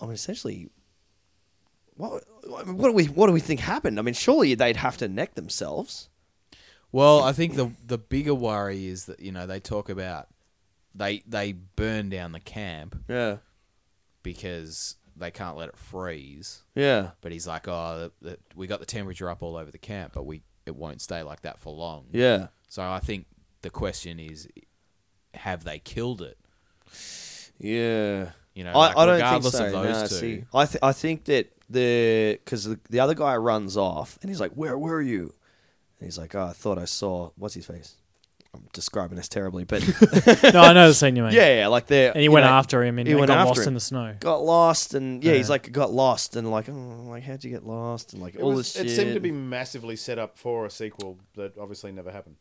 [SPEAKER 3] I mean, essentially, what I mean, what do we what do we think happened? I mean, surely they'd have to neck themselves.
[SPEAKER 5] Well, I think the the bigger worry is that, you know, they talk about they they burn down the camp
[SPEAKER 3] Yeah,
[SPEAKER 5] because they can't let it freeze.
[SPEAKER 3] yeah,
[SPEAKER 5] But he's like, "Oh, the, the, we got the temperature up all over the camp, but we it won't stay like that for long."
[SPEAKER 3] yeah.
[SPEAKER 5] So I think the question is have they killed it?
[SPEAKER 3] Yeah.
[SPEAKER 5] You know,
[SPEAKER 3] I,
[SPEAKER 5] like,
[SPEAKER 3] I don't
[SPEAKER 5] regardless
[SPEAKER 3] think
[SPEAKER 5] of
[SPEAKER 3] so.
[SPEAKER 5] those
[SPEAKER 3] No,
[SPEAKER 5] two.
[SPEAKER 3] see, I, th- I think that the because the, the other guy runs off and he's like, "Where were you?" And he's like, "Oh, I thought I saw what's his face." I'm describing this terribly, but
[SPEAKER 2] no, I know the scene you mean.
[SPEAKER 3] yeah, yeah, like they
[SPEAKER 2] and he went after him and he
[SPEAKER 3] he went
[SPEAKER 2] got
[SPEAKER 3] after
[SPEAKER 2] lost
[SPEAKER 3] him.
[SPEAKER 2] in the snow.
[SPEAKER 3] got lost, and yeah, he's
[SPEAKER 2] Yeah.
[SPEAKER 3] like got lost, and like, oh, like how'd you get lost, and like
[SPEAKER 4] It,
[SPEAKER 3] all
[SPEAKER 4] was-
[SPEAKER 3] this shit.
[SPEAKER 4] it seemed to be massively set up for a sequel that obviously never happened.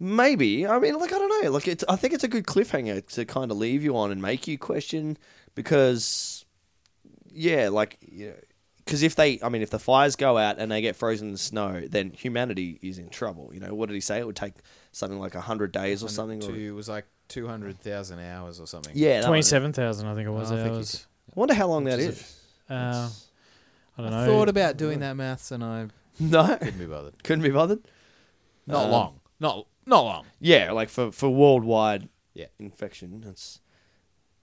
[SPEAKER 3] Maybe. I mean, like, I don't know. Like, it's, I think it's a good cliffhanger to kind of leave you on and make you question because, yeah, like, because if they, I mean, if the fires go out and they get frozen in the snow, then humanity is in trouble. You know, what did he say? It would take something like 100 days or something. Or,
[SPEAKER 5] Two, it was like 200,000 hours or something.
[SPEAKER 3] yeah. that one.
[SPEAKER 2] Twenty-seven thousand, I think it was.
[SPEAKER 5] I think you
[SPEAKER 2] hours.
[SPEAKER 3] I wonder how long that
[SPEAKER 5] Which
[SPEAKER 3] is.
[SPEAKER 5] is a-
[SPEAKER 2] Uh, I
[SPEAKER 5] I
[SPEAKER 2] don't know.
[SPEAKER 5] thought about doing that maths and I
[SPEAKER 3] No,
[SPEAKER 5] couldn't be bothered. Uh,
[SPEAKER 3] couldn't be bothered.
[SPEAKER 5] Not
[SPEAKER 3] Um,
[SPEAKER 5] long. Not not long.
[SPEAKER 3] Yeah, like for for worldwide
[SPEAKER 5] Yeah.
[SPEAKER 3] infection, that's.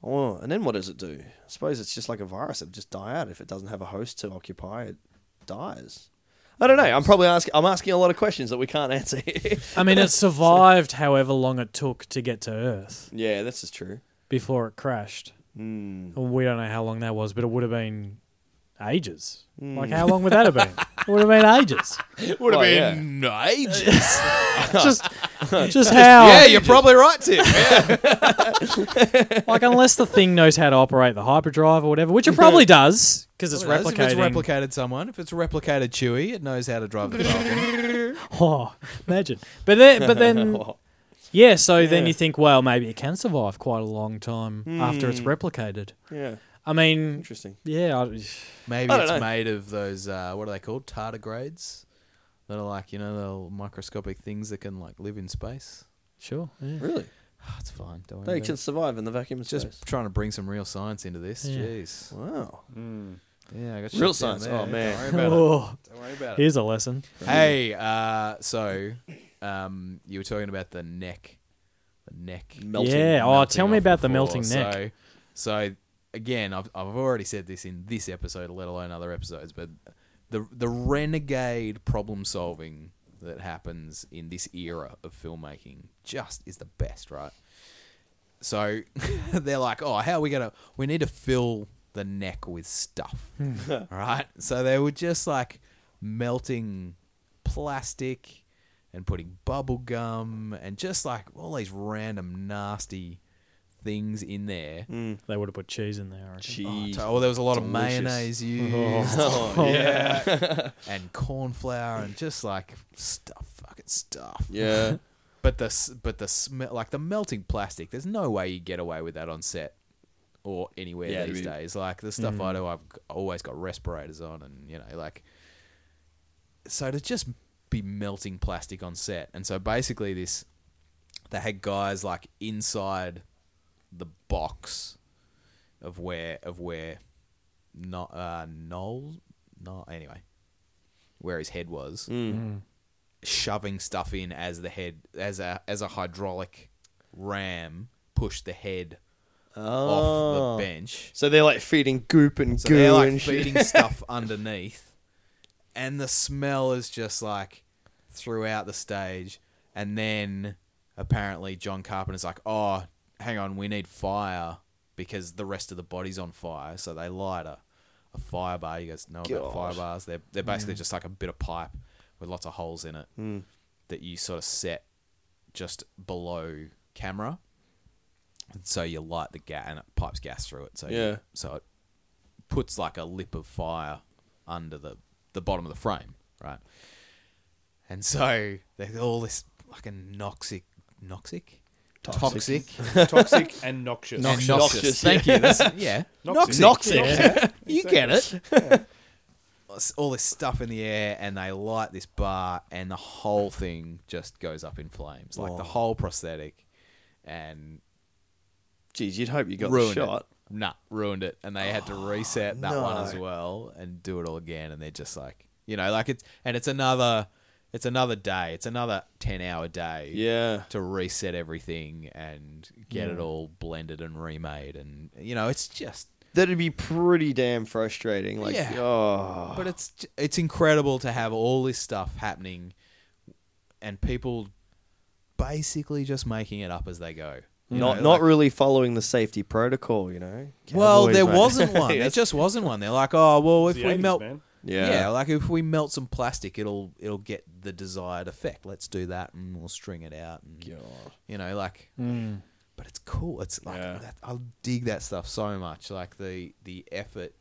[SPEAKER 3] Oh, and then what does it do? I suppose it's just like a virus; it'll just die out if it doesn't have a host to occupy. It dies. I don't know. I'm probably asking. I'm asking a lot of questions that we can't answer. here.
[SPEAKER 2] I mean, it survived however long it took to get to Earth
[SPEAKER 3] yeah, this is true.
[SPEAKER 2] before it crashed.
[SPEAKER 3] Mm.
[SPEAKER 2] We don't know how long that was, but it would have been ages. Like, how long would that have been? It would have been ages.
[SPEAKER 5] Would have
[SPEAKER 3] Well,
[SPEAKER 5] been ages.
[SPEAKER 2] Just, just how?
[SPEAKER 5] yeah, you're probably right, Tim. Yeah.
[SPEAKER 2] Like, unless the thing knows how to operate the hyperdrive or whatever, which it probably does because it's
[SPEAKER 5] Well, it does
[SPEAKER 2] replicating.
[SPEAKER 5] If it's replicated someone, if it's replicated Chewy, it knows how to drive the Falcon.
[SPEAKER 2] oh, imagine. But then, but
[SPEAKER 3] Oh.
[SPEAKER 2] then, yeah. So then you think, well, maybe it can survive quite a long time after it's replicated.
[SPEAKER 3] Yeah,
[SPEAKER 2] I mean,
[SPEAKER 3] interesting.
[SPEAKER 2] yeah. I,
[SPEAKER 5] Maybe
[SPEAKER 3] I don't
[SPEAKER 5] it's
[SPEAKER 3] know.
[SPEAKER 5] made of those uh, what are they called? Tardigrades. That are like you know the little microscopic things that can like live in space.
[SPEAKER 2] Sure. Yeah.
[SPEAKER 3] Really,
[SPEAKER 5] That's Ah, fine. Don't worry.
[SPEAKER 3] they
[SPEAKER 5] about
[SPEAKER 3] can
[SPEAKER 5] it.
[SPEAKER 3] survive in the vacuum of
[SPEAKER 5] just
[SPEAKER 3] space.
[SPEAKER 5] trying to bring some real science into this.
[SPEAKER 2] Yeah.
[SPEAKER 5] Jeez.
[SPEAKER 3] Wow.
[SPEAKER 5] Yeah, I got
[SPEAKER 3] Real
[SPEAKER 5] shit down
[SPEAKER 3] science.
[SPEAKER 5] there.
[SPEAKER 3] Oh,
[SPEAKER 5] Don't
[SPEAKER 3] man.
[SPEAKER 5] worry about
[SPEAKER 2] Oh,
[SPEAKER 5] it. Don't worry about it.
[SPEAKER 2] here's a lesson.
[SPEAKER 5] Hey, uh, so um, you were talking about the neck, the neck.
[SPEAKER 3] Melting.
[SPEAKER 2] yeah. Oh,
[SPEAKER 5] melting
[SPEAKER 2] tell me
[SPEAKER 5] off
[SPEAKER 2] about the
[SPEAKER 5] before.
[SPEAKER 2] melting neck.
[SPEAKER 5] So, so again, I've I've already said this in this episode, let alone other episodes, but the the renegade problem solving that happens in this era of filmmaking just is the best, right? So they're like, oh, how are we gonna? We need to fill the neck with stuff,
[SPEAKER 3] Hmm.
[SPEAKER 5] right? So they were just like melting plastic and putting bubble gum and just like all these random nasty things in there.
[SPEAKER 3] Hmm.
[SPEAKER 2] They would have put cheese in there. I reckon.
[SPEAKER 3] Jeez.
[SPEAKER 5] Oh, there was a lot of
[SPEAKER 3] Delicious.
[SPEAKER 5] mayonnaise used
[SPEAKER 3] Oh, yeah.
[SPEAKER 5] and corn flour and just like stuff, fucking stuff.
[SPEAKER 3] Yeah.
[SPEAKER 5] But the s- but the smell, like the melting plastic. There's no way you get away with that on set or anywhere
[SPEAKER 3] Yeah, it'd
[SPEAKER 5] these
[SPEAKER 3] be-
[SPEAKER 5] days. Like the stuff I do, I've g- always got respirators on, and you know, like so to just be melting plastic on set. And so basically, this they had guys like inside the box of where of where not uh Noel no anyway where his head was shoving stuff in as the head as a as a hydraulic ram pushed the head
[SPEAKER 3] Oh.
[SPEAKER 5] off the bench.
[SPEAKER 3] So they're like feeding goop and
[SPEAKER 5] So
[SPEAKER 3] goo
[SPEAKER 5] they're like
[SPEAKER 3] and shit.
[SPEAKER 5] feeding stuff underneath, and the smell is just like throughout the stage. And then apparently John Carpenter's like, "Oh, hang on, we need fire because the rest of the body's on fire." So they light a, a fire bar. You guys know about
[SPEAKER 3] God.
[SPEAKER 5] fire bars? They're they're basically just like a bit of pipe with lots of holes in it that you sort of set just below camera. And so you light the gas and it pipes gas through it. So you-
[SPEAKER 3] Yeah.
[SPEAKER 5] so it puts like a lip of fire under the the bottom of the frame, right? And so there's all this fucking noxic, noxic, toxic,
[SPEAKER 3] Toxic.
[SPEAKER 4] Toxic and noxious.
[SPEAKER 5] and
[SPEAKER 3] Noxious.
[SPEAKER 5] Thank you. That's- yeah,
[SPEAKER 4] Noxic.
[SPEAKER 3] Noxic.
[SPEAKER 5] you get it. All this stuff in the air, and they light this bar, and the whole thing just goes up in flames, like the whole prosthetic, and
[SPEAKER 3] Jeez, you'd hope you got the
[SPEAKER 5] ruined
[SPEAKER 3] shot.
[SPEAKER 5] it. Nah, ruined it, and they had to reset that one as
[SPEAKER 3] no.
[SPEAKER 5] well and do it all again. And they're just like, you know, like it's and it's another, it's another day, it's another ten hour day,
[SPEAKER 3] Yeah.
[SPEAKER 5] to reset everything and get it all blended and remade, and you know, it's just,
[SPEAKER 3] That'd be pretty damn frustrating. Like,
[SPEAKER 5] Yeah.
[SPEAKER 3] oh,
[SPEAKER 5] but it's j- it's incredible to have all this stuff happening, and people basically just making it up as they go. You
[SPEAKER 3] not
[SPEAKER 5] know,
[SPEAKER 3] not
[SPEAKER 5] like-
[SPEAKER 3] really following the safety protocol, you know.
[SPEAKER 5] Well,
[SPEAKER 3] Cowboys,
[SPEAKER 5] there
[SPEAKER 3] mate.
[SPEAKER 5] wasn't one. There
[SPEAKER 3] Yes.
[SPEAKER 5] just wasn't one. They're like, oh, well, if
[SPEAKER 4] The
[SPEAKER 5] we
[SPEAKER 4] 80s,
[SPEAKER 5] melt,
[SPEAKER 4] man.
[SPEAKER 5] yeah.
[SPEAKER 3] Yeah.
[SPEAKER 5] like if we melt some plastic, it'll it'll get the desired effect. Let's do that, and we'll string it out, and you know, like.
[SPEAKER 4] Hmm.
[SPEAKER 5] But it's cool. It's like
[SPEAKER 3] Yeah.
[SPEAKER 5] that, I dig that stuff so much. Like the the effort.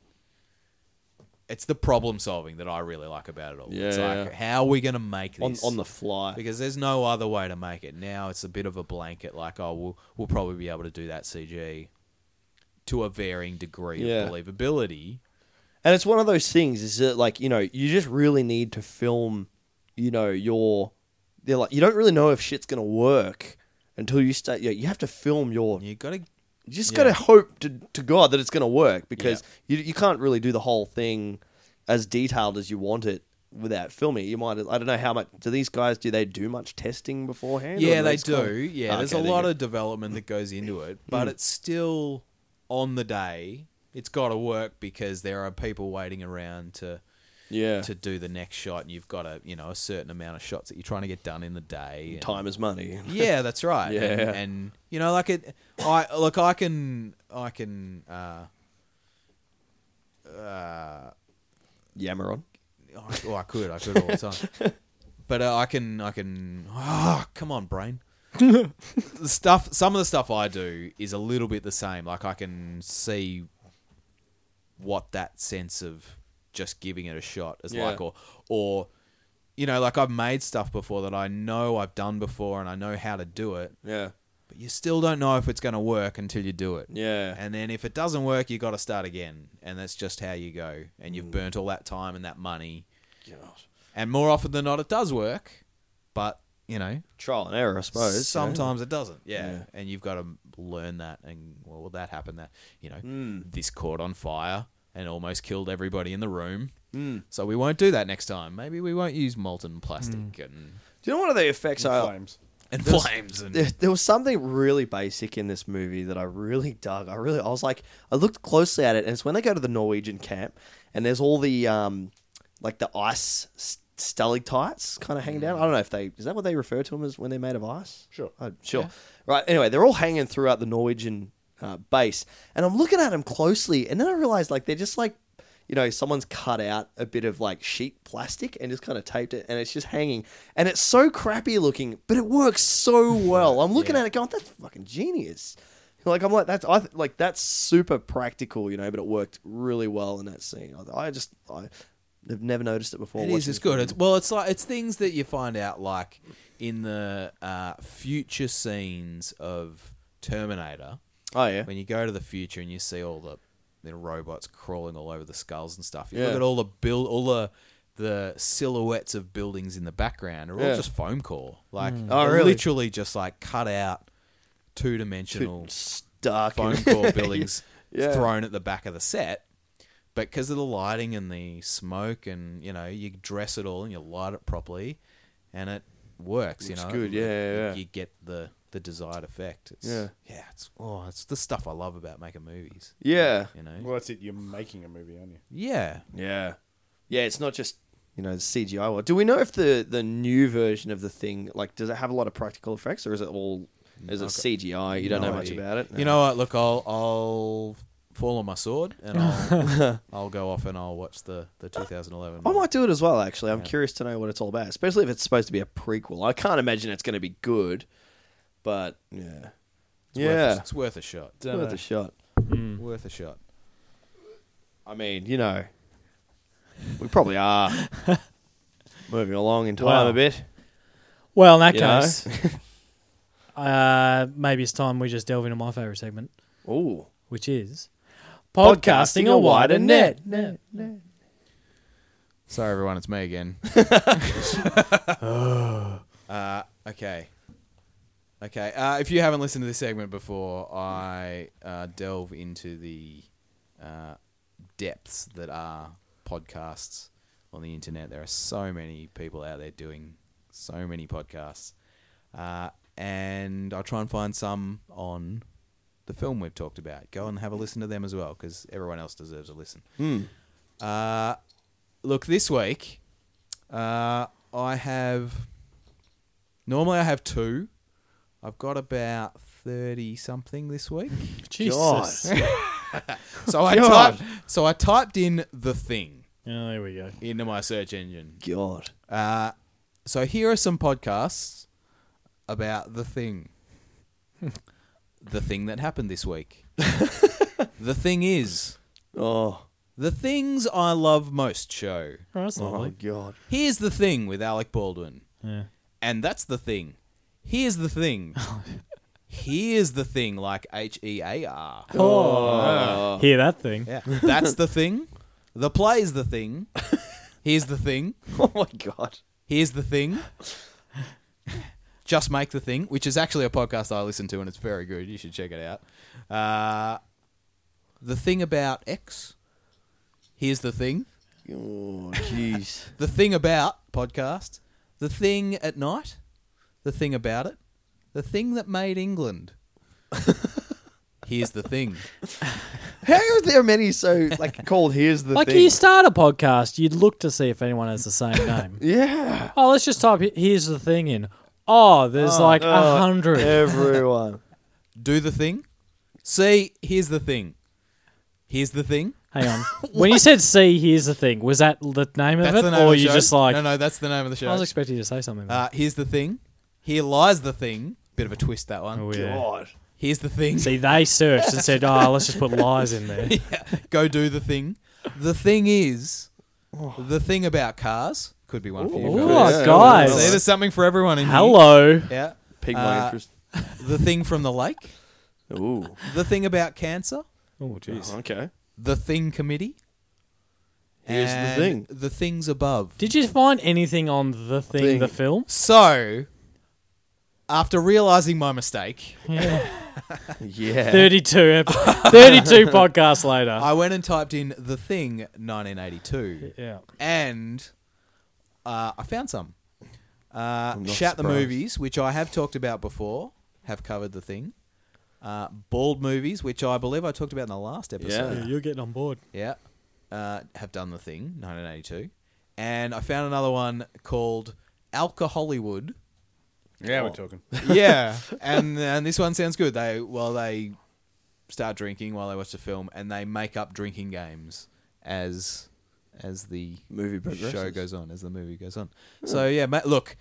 [SPEAKER 5] It's the problem solving that I really like about it all. it's
[SPEAKER 3] Yeah,
[SPEAKER 5] like
[SPEAKER 3] yeah.
[SPEAKER 5] how are we going to make
[SPEAKER 3] on
[SPEAKER 5] this
[SPEAKER 3] on the fly.
[SPEAKER 5] because there's no other way to make it now. It's a bit of a blanket, like oh, we'll we'll probably be able to do that CG to a varying degree
[SPEAKER 3] Yeah.
[SPEAKER 5] of believability.
[SPEAKER 3] And it's one of those things is that like, you know, you just really need to film, you know, your they're like you don't really know if shit's going to work until you start you, you have to film your you
[SPEAKER 5] You got to
[SPEAKER 3] just
[SPEAKER 5] yeah.
[SPEAKER 3] got to hope to to god that it's going to work because you you can't really do the whole thing as detailed as you want it without filming. You might. I don't know how much. Do these guys do they do much testing beforehand?
[SPEAKER 5] Yeah,
[SPEAKER 3] Or
[SPEAKER 5] they
[SPEAKER 3] it's
[SPEAKER 5] do.
[SPEAKER 3] kind of-
[SPEAKER 5] Yeah,
[SPEAKER 3] Okay,
[SPEAKER 5] there's a
[SPEAKER 3] there you
[SPEAKER 5] lot
[SPEAKER 3] go. Mm.
[SPEAKER 5] of development that goes into it, but it's still on the day. It's got to work because there are people waiting around to
[SPEAKER 3] yeah.
[SPEAKER 5] to do the next shot, and you've got a you know a certain amount of shots that you're trying to get done in the day. and-
[SPEAKER 3] Time is money.
[SPEAKER 5] Yeah, that's right.
[SPEAKER 3] Yeah.
[SPEAKER 5] and, and you know, like it. I look, I can, I can. Uh,
[SPEAKER 3] Yammer on.
[SPEAKER 5] oh, well, I could, I could all the time. But uh, I can, I can. Oh, come on, brain. the stuff, some of the stuff I do is a little bit the same. Like I can see what that sense of just giving it a shot is
[SPEAKER 3] Yeah.
[SPEAKER 5] like, or, or, you know, like I've made stuff before that I know I've done before and I know how to do it,
[SPEAKER 3] Yeah.
[SPEAKER 5] but you still don't know if it's going to work until you do it.
[SPEAKER 3] Yeah.
[SPEAKER 5] And then if it doesn't work, you got to start again, and that's just how you go. And
[SPEAKER 3] Mm.
[SPEAKER 5] you've burnt all that time and that money. And more often than not, it does work, but you know,
[SPEAKER 3] Trial and error, I suppose. you know?
[SPEAKER 5] sometimes it doesn't. Yeah.
[SPEAKER 3] Yeah.
[SPEAKER 5] and you've got to learn that. And well, will that happen? That you know, this caught on fire and almost killed everybody in the room. So we won't do that next time. Maybe we won't use molten plastic and,
[SPEAKER 3] Do you know one of the effects I
[SPEAKER 4] Flames.
[SPEAKER 5] and flames and
[SPEAKER 3] there, there was something really basic in this movie that I really dug. I really, I was like, I looked closely at it, and it's when they go to the Norwegian camp, and there's all the um, like the ice s- stalactites kind of hanging down. I don't know if they is that what they refer to them as when they're made of ice.
[SPEAKER 4] Sure.
[SPEAKER 3] Uh, sure. Right. Anyway, they're all hanging throughout the Norwegian uh, base, and I'm looking at them closely, and then I realized like they're just like. You know, someone's cut out a bit of like sheet plastic and just kind of taped it, and it's just hanging. And it's so crappy looking, but it works so well. I'm looking at it going, "That's fucking genius!" Like I'm like, "That's I th- like that's super practical," you know. But it worked really well in that scene. I, I just I have never noticed it before.
[SPEAKER 5] It is.
[SPEAKER 3] watching
[SPEAKER 5] It's
[SPEAKER 3] this
[SPEAKER 5] good.
[SPEAKER 3] movie.
[SPEAKER 5] It's well. It's like it's things that you find out like in the uh, future scenes of Terminator
[SPEAKER 3] oh yeah,
[SPEAKER 5] when you go to the future and you see all the the robots crawling all over the skulls and stuff. You
[SPEAKER 3] Yeah.
[SPEAKER 5] look at all the build, all the the silhouettes of buildings in the background are all
[SPEAKER 3] Yeah.
[SPEAKER 5] just foam core. Like
[SPEAKER 3] Oh,
[SPEAKER 5] they're
[SPEAKER 3] really?
[SPEAKER 5] literally just like cut out two dimensional
[SPEAKER 3] stuck.
[SPEAKER 5] foam core buildings
[SPEAKER 3] Yeah.
[SPEAKER 5] thrown at the back of the set. But because of the lighting and the smoke, and you know, you dress it all and you light it properly, and it works. You
[SPEAKER 3] Looks
[SPEAKER 5] know,
[SPEAKER 3] good, yeah, yeah, yeah.
[SPEAKER 5] You get the the desired effect. It's,
[SPEAKER 3] Yeah.
[SPEAKER 5] yeah. It's oh, it's the stuff I love about making movies.
[SPEAKER 3] Yeah.
[SPEAKER 5] you know,
[SPEAKER 4] Well, that's it. You're making a movie, aren't you?
[SPEAKER 5] yeah.
[SPEAKER 3] Yeah. Yeah, it's not just you know the CGI. Well, do we know if the the new version of the thing like does it have a lot of practical effects or is it all is it CGI? You don't
[SPEAKER 5] No
[SPEAKER 3] know much
[SPEAKER 5] idea.
[SPEAKER 3] about it.
[SPEAKER 5] You know what? Look, I'll I'll fall on my sword and I'll I'll go off and I'll watch the
[SPEAKER 3] Uh,
[SPEAKER 5] the 2011.
[SPEAKER 3] I
[SPEAKER 5] one.
[SPEAKER 3] might do it as well. Actually, I'm curious to know what it's all about, especially if it's supposed to be a prequel. I can't imagine it's going to be good, but yeah,
[SPEAKER 5] It's
[SPEAKER 3] yeah,
[SPEAKER 5] worth, a- it's worth a shot. Mm.
[SPEAKER 3] it's worth a shot.
[SPEAKER 5] Worth a shot.
[SPEAKER 3] I mean, you know, we probably are moving along in time
[SPEAKER 2] Wow.
[SPEAKER 3] a bit.
[SPEAKER 2] Well, in that
[SPEAKER 3] You know?
[SPEAKER 2] case, uh, maybe it's time we just delve into my favorite segment,
[SPEAKER 3] Ooh,
[SPEAKER 2] which is podcasting, a wider net.
[SPEAKER 5] Sorry, everyone, it's me again. uh, okay. Okay. Uh, if you haven't listened to this segment before, I uh, delve into the uh, depths that are podcasts on the internet. There are so many people out there doing so many podcasts. Uh, and I'll try and find some on the film we've talked about. Go and have a listen to them as well, because everyone else deserves a listen. Uh, look, this week, uh, I have. Normally I have two. I've got about 30 something this week.
[SPEAKER 2] Jesus.
[SPEAKER 5] So I,
[SPEAKER 3] God.
[SPEAKER 5] typed, so I typed in the thing
[SPEAKER 2] Oh, there we go.
[SPEAKER 5] into my search engine.
[SPEAKER 3] God,
[SPEAKER 5] Uh, so here are some podcasts about the thing. the thing that happened this week. the thing is
[SPEAKER 3] oh,
[SPEAKER 5] the things I love most show.
[SPEAKER 2] Oh, that's
[SPEAKER 3] oh
[SPEAKER 2] lovely.
[SPEAKER 3] God.
[SPEAKER 5] Here's the thing with Alec Baldwin.
[SPEAKER 2] Yeah.
[SPEAKER 5] And that's the thing. Here's the thing. Here's the thing like H E A R.
[SPEAKER 2] Hear that thing?
[SPEAKER 5] Yeah. That's the thing. The play's the thing. Here's the thing.
[SPEAKER 3] Oh my god.
[SPEAKER 5] Here's the thing. Just Make the Thing, which is actually a podcast I listen to and it's very good. You should check it out. Uh, the Thing About X. Here's the Thing.
[SPEAKER 3] Oh, jeez.
[SPEAKER 5] The thing about podcast, the thing at night, the thing about it, the thing that made England. Here's the thing.
[SPEAKER 3] How are there many so like called? Here's the
[SPEAKER 2] Like
[SPEAKER 3] thing.
[SPEAKER 2] you start a podcast, you'd look to see if anyone has the same name.
[SPEAKER 3] yeah,
[SPEAKER 2] oh, let's just type. he- Here's the thing in. Oh, there's like a
[SPEAKER 3] oh,
[SPEAKER 2] hundred.
[SPEAKER 3] everyone.
[SPEAKER 5] Do the thing. See, here's the thing. Here's the thing.
[SPEAKER 2] Hang on. when you said "see," here's the thing. Was that the name
[SPEAKER 5] That's
[SPEAKER 2] of
[SPEAKER 5] the
[SPEAKER 2] it,
[SPEAKER 5] name of
[SPEAKER 2] or
[SPEAKER 5] the
[SPEAKER 2] you
[SPEAKER 5] show.
[SPEAKER 2] just like?
[SPEAKER 5] No, no, that's the name of the show.
[SPEAKER 2] I was expecting you to say something.
[SPEAKER 5] uh, here's the thing. Here lies the thing. Bit of a twist that one.
[SPEAKER 2] oh, yeah.
[SPEAKER 3] God.
[SPEAKER 5] Here's the thing.
[SPEAKER 2] See, they searched and said, "Oh, let's just put lies in there."
[SPEAKER 5] Go do the thing. The thing is, the thing about cars could be one for you.
[SPEAKER 2] Oh,
[SPEAKER 5] guys.
[SPEAKER 3] Yeah,
[SPEAKER 2] guys.
[SPEAKER 5] See, there's something for everyone in here.
[SPEAKER 2] Hello.
[SPEAKER 5] Yeah.
[SPEAKER 3] Piqued
[SPEAKER 5] Uh,
[SPEAKER 3] my interest.
[SPEAKER 5] The thing from the lake.
[SPEAKER 3] Ooh.
[SPEAKER 5] The thing about cancer.
[SPEAKER 2] Oh, jeez.
[SPEAKER 3] Okay.
[SPEAKER 5] The thing committee.
[SPEAKER 3] Here's the
[SPEAKER 5] and
[SPEAKER 3] thing.
[SPEAKER 5] The things above.
[SPEAKER 2] Did you find anything on the thing,
[SPEAKER 3] Thing.
[SPEAKER 2] the film?
[SPEAKER 5] So, after realizing my mistake,
[SPEAKER 3] Yeah.
[SPEAKER 2] Thirty-two, ep- thirty-two podcasts later.
[SPEAKER 5] I went and typed in the thing 1982,
[SPEAKER 2] Yeah.
[SPEAKER 5] and uh, I found some. Uh,
[SPEAKER 3] I'm not
[SPEAKER 5] Shout the
[SPEAKER 3] surprised.
[SPEAKER 5] movies, which I have talked about before, have covered the thing. Uh, Bald movies, which I believe I talked about in the last episode.
[SPEAKER 2] yeah, you're getting on board.
[SPEAKER 5] Yeah. Uh, have done the thing, 1982. And I found another one called Alcoholiwood.
[SPEAKER 4] Yeah, we're talking.
[SPEAKER 5] Yeah. and and this one sounds good. They well they start drinking while they watch the film and they make up drinking games as as the
[SPEAKER 3] Movie progresses. Hmm.
[SPEAKER 5] show goes on, as the movie goes on. So yeah, ma- look,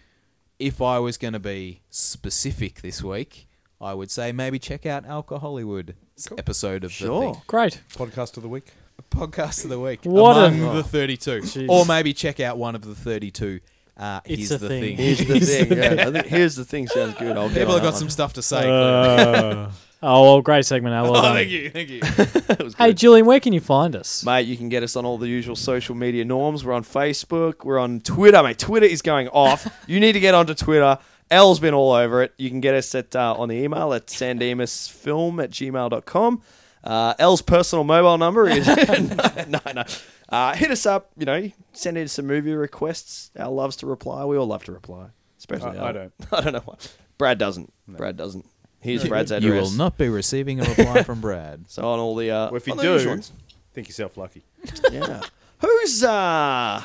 [SPEAKER 5] if I was going to be specific this week, I would say maybe check out Alcoholiwood episode of the
[SPEAKER 3] Sure.
[SPEAKER 5] thing.
[SPEAKER 2] Great.
[SPEAKER 4] Podcast of the week.
[SPEAKER 5] podcast of the week.
[SPEAKER 2] What a-
[SPEAKER 5] among the 32.
[SPEAKER 2] Jeez.
[SPEAKER 5] Or maybe check out one of the 32. Uh,
[SPEAKER 2] It's
[SPEAKER 5] here's
[SPEAKER 2] a
[SPEAKER 5] the thing.
[SPEAKER 2] thing.
[SPEAKER 3] Here's the thing. Yeah. I think here's the thing. Sounds good. I'll get
[SPEAKER 5] People
[SPEAKER 3] on
[SPEAKER 5] have got
[SPEAKER 3] that
[SPEAKER 5] some
[SPEAKER 3] one.
[SPEAKER 5] stuff to say.
[SPEAKER 2] Uh, oh, well, great segment. Al. Well
[SPEAKER 5] oh,
[SPEAKER 2] done.
[SPEAKER 5] thank you, thank you.
[SPEAKER 3] That was
[SPEAKER 2] Hey,
[SPEAKER 3] good.
[SPEAKER 2] Julian, where can you find us?
[SPEAKER 3] Mate, you can get us on all the usual social media norms. We're on Facebook. We're on Twitter. Mate, Twitter is going off. you need to get onto Twitter. L's been all over it. You can get us at uh, on the email at sandemusfilm at gmail.com. Uh, L's personal mobile number is. no, no. Uh, hit us up. You know, send in some movie requests. Al loves to reply. We all love to reply. Especially
[SPEAKER 4] I- I
[SPEAKER 3] Al.
[SPEAKER 4] don't.
[SPEAKER 3] I don't know why. Brad doesn't. Brad doesn't. Here's Brad's address.
[SPEAKER 5] You will not be receiving a reply from Brad.
[SPEAKER 3] So on all the. Uh,
[SPEAKER 4] Well, if you
[SPEAKER 3] on the usual
[SPEAKER 4] do,
[SPEAKER 3] ones.
[SPEAKER 4] think yourself lucky.
[SPEAKER 3] Yeah. Who's uh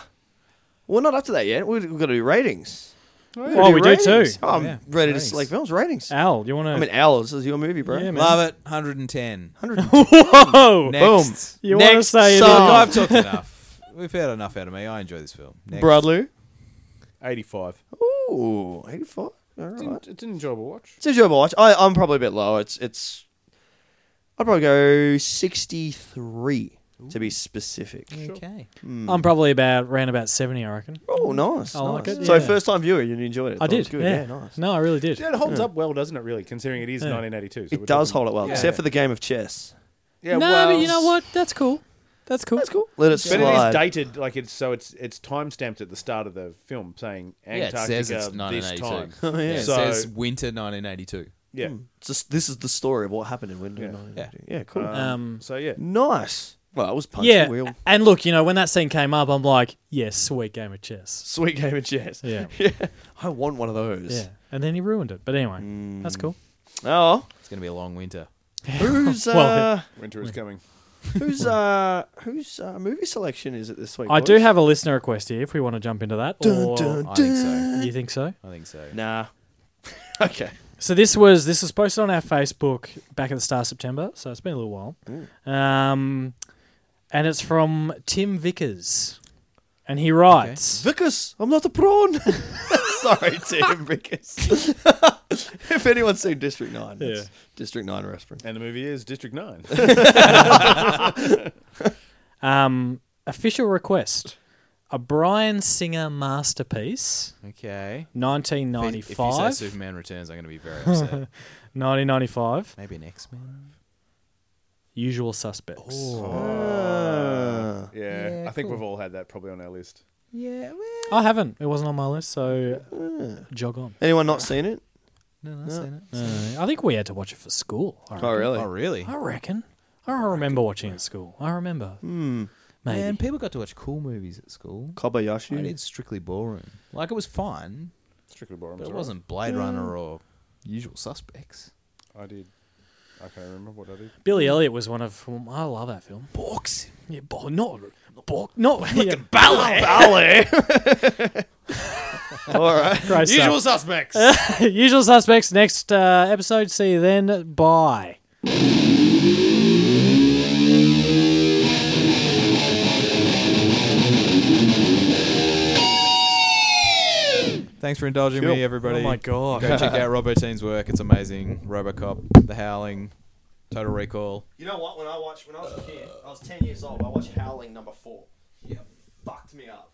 [SPEAKER 3] we're not up to that yet. We've, we've got to do ratings. We've got
[SPEAKER 2] Oh,
[SPEAKER 3] to
[SPEAKER 2] we do
[SPEAKER 3] ratings.
[SPEAKER 2] too.
[SPEAKER 3] Oh, I'm
[SPEAKER 5] Yeah,
[SPEAKER 3] ready
[SPEAKER 5] ratings.
[SPEAKER 3] to select films. Ratings.
[SPEAKER 2] Al, you want to?
[SPEAKER 3] I mean, Al, this is your movie, bro.
[SPEAKER 2] Yeah, man.
[SPEAKER 5] Love it. 110.
[SPEAKER 2] Whoa!
[SPEAKER 5] Next.
[SPEAKER 2] Oh, You want to
[SPEAKER 3] Next
[SPEAKER 2] say it?
[SPEAKER 3] song.
[SPEAKER 5] Look, Oh, I've talked enough. We've had enough out of me. I enjoy this film. Next.
[SPEAKER 3] Bradley.
[SPEAKER 4] 85.
[SPEAKER 3] Ooh, 85. All
[SPEAKER 4] It's,
[SPEAKER 3] right.
[SPEAKER 4] an, it's an enjoyable watch.
[SPEAKER 3] It's enjoyable watch. I, I'm probably a bit low. It's it's. I'd probably go 63 to be specific.
[SPEAKER 5] Okay.
[SPEAKER 2] I'm probably about round about seventy, I reckon.
[SPEAKER 3] Oh, nice.
[SPEAKER 2] I
[SPEAKER 3] nice.
[SPEAKER 2] like it,
[SPEAKER 3] So
[SPEAKER 2] yeah.
[SPEAKER 3] first time viewer, you enjoyed it.
[SPEAKER 2] I
[SPEAKER 3] Thought it was
[SPEAKER 2] did.
[SPEAKER 3] Good.
[SPEAKER 2] yeah.
[SPEAKER 3] nice.
[SPEAKER 2] No, I really did.
[SPEAKER 4] Yeah, it holds
[SPEAKER 5] Hmm.
[SPEAKER 4] up well, doesn't it? Really, considering it is
[SPEAKER 2] Yeah.
[SPEAKER 4] 1982. so we're
[SPEAKER 3] It does
[SPEAKER 4] talking-
[SPEAKER 3] hold it well,
[SPEAKER 4] Yeah.
[SPEAKER 3] except for the game of chess.
[SPEAKER 4] Yeah,
[SPEAKER 2] no,
[SPEAKER 4] well,
[SPEAKER 2] but you know what? That's cool. That's cool.
[SPEAKER 3] That's cool. Let it
[SPEAKER 4] But
[SPEAKER 3] slide.
[SPEAKER 4] it is dated, like it's so it's it's time stamped at the start of the film, saying
[SPEAKER 5] Yeah, it
[SPEAKER 4] Antarctica
[SPEAKER 5] says it's
[SPEAKER 4] this
[SPEAKER 5] 1982.
[SPEAKER 4] time.
[SPEAKER 3] Oh, yeah.
[SPEAKER 5] it
[SPEAKER 4] So-
[SPEAKER 5] says Hmm. winter 1982.
[SPEAKER 4] Yeah.
[SPEAKER 3] Hmm. Just this is the story of what happened in Windows
[SPEAKER 4] Yeah.
[SPEAKER 3] 1982. Yeah, cool.
[SPEAKER 2] Um,
[SPEAKER 4] So yeah,
[SPEAKER 3] nice. Well, it was punch
[SPEAKER 2] yeah.
[SPEAKER 3] Um, wheel.
[SPEAKER 2] And look, you know, when that scene came up, I'm like, yeah, sweet game of chess.
[SPEAKER 3] Sweet game of chess.
[SPEAKER 2] Yeah.
[SPEAKER 3] I want one of those.
[SPEAKER 2] Yeah. And then he ruined it. But anyway,
[SPEAKER 3] Mm,
[SPEAKER 2] that's cool.
[SPEAKER 3] Oh,
[SPEAKER 5] It's going to be a long winter.
[SPEAKER 3] who's uh,
[SPEAKER 2] Well,
[SPEAKER 4] winter is coming.
[SPEAKER 3] who's uh, whose uh, movie selection is it this week?
[SPEAKER 2] I do
[SPEAKER 3] boys?
[SPEAKER 2] have a listener request here if we want to jump into that.
[SPEAKER 3] Dun,
[SPEAKER 2] or-
[SPEAKER 3] dun,
[SPEAKER 5] I think so.
[SPEAKER 2] You think so?
[SPEAKER 5] I think so.
[SPEAKER 3] Nah. okay.
[SPEAKER 2] So this was this was posted on our Facebook back at the start of September, so it's been a little while.
[SPEAKER 3] Mm.
[SPEAKER 2] Um, and it's from Tim Vickers, and he writes,
[SPEAKER 3] Vickers, I'm not a prawn. Sorry, Tim Vickers. if anyone's seen District Nine, yeah.
[SPEAKER 2] Yeah.
[SPEAKER 3] District Nine reference.
[SPEAKER 4] And the movie is District Nine.
[SPEAKER 2] um, "Official request: a Brian Singer masterpiece,
[SPEAKER 5] Okay. If, if you say
[SPEAKER 2] 1995,
[SPEAKER 5] Superman Returns, I'm going to be very upset.
[SPEAKER 2] 1995,
[SPEAKER 5] Maybe an X-Men?
[SPEAKER 2] Usual Suspects."
[SPEAKER 3] Uh,
[SPEAKER 4] yeah,
[SPEAKER 5] Yeah,
[SPEAKER 4] I think
[SPEAKER 5] cool.
[SPEAKER 4] we've all had that probably on our list.
[SPEAKER 5] Yeah, well...
[SPEAKER 2] I haven't. It wasn't on my list, so jog on.
[SPEAKER 3] anyone not seen it?
[SPEAKER 5] No, I've seen it.
[SPEAKER 2] Uh, I think we had to watch it for school. I
[SPEAKER 3] Oh,
[SPEAKER 2] reckon.
[SPEAKER 3] really?
[SPEAKER 5] Oh, really?
[SPEAKER 2] I reckon. I remember watching it at school. I remember. Maybe.
[SPEAKER 5] Man, people got to watch cool movies at school. I
[SPEAKER 3] Kobayashi.
[SPEAKER 5] did Strictly Ballroom. Like it was fun,
[SPEAKER 4] Strictly Ballroom.
[SPEAKER 5] but it wasn't Blade Runner or Usual Suspects.
[SPEAKER 4] I did. I can't remember what I did.
[SPEAKER 2] Billy Elliot was one of. I love that film.
[SPEAKER 5] Borks.
[SPEAKER 2] Yeah, bo- not bo- not yeah,
[SPEAKER 5] Ballet.
[SPEAKER 3] All right.
[SPEAKER 2] great stuff.
[SPEAKER 5] Usual Suspects.
[SPEAKER 2] Usual suspects. Next uh, episode. See you then. Bye.
[SPEAKER 5] Thanks for indulging
[SPEAKER 3] Cool.
[SPEAKER 5] me, everybody.
[SPEAKER 2] Oh my God.
[SPEAKER 5] Go check out Robertine's work. It's amazing. RoboCop, The Howling, Total Recall.
[SPEAKER 3] You know what? When I watched, when I was a kid, I was ten years old. I watched Howling Number Four. Yeah. Fucked me up.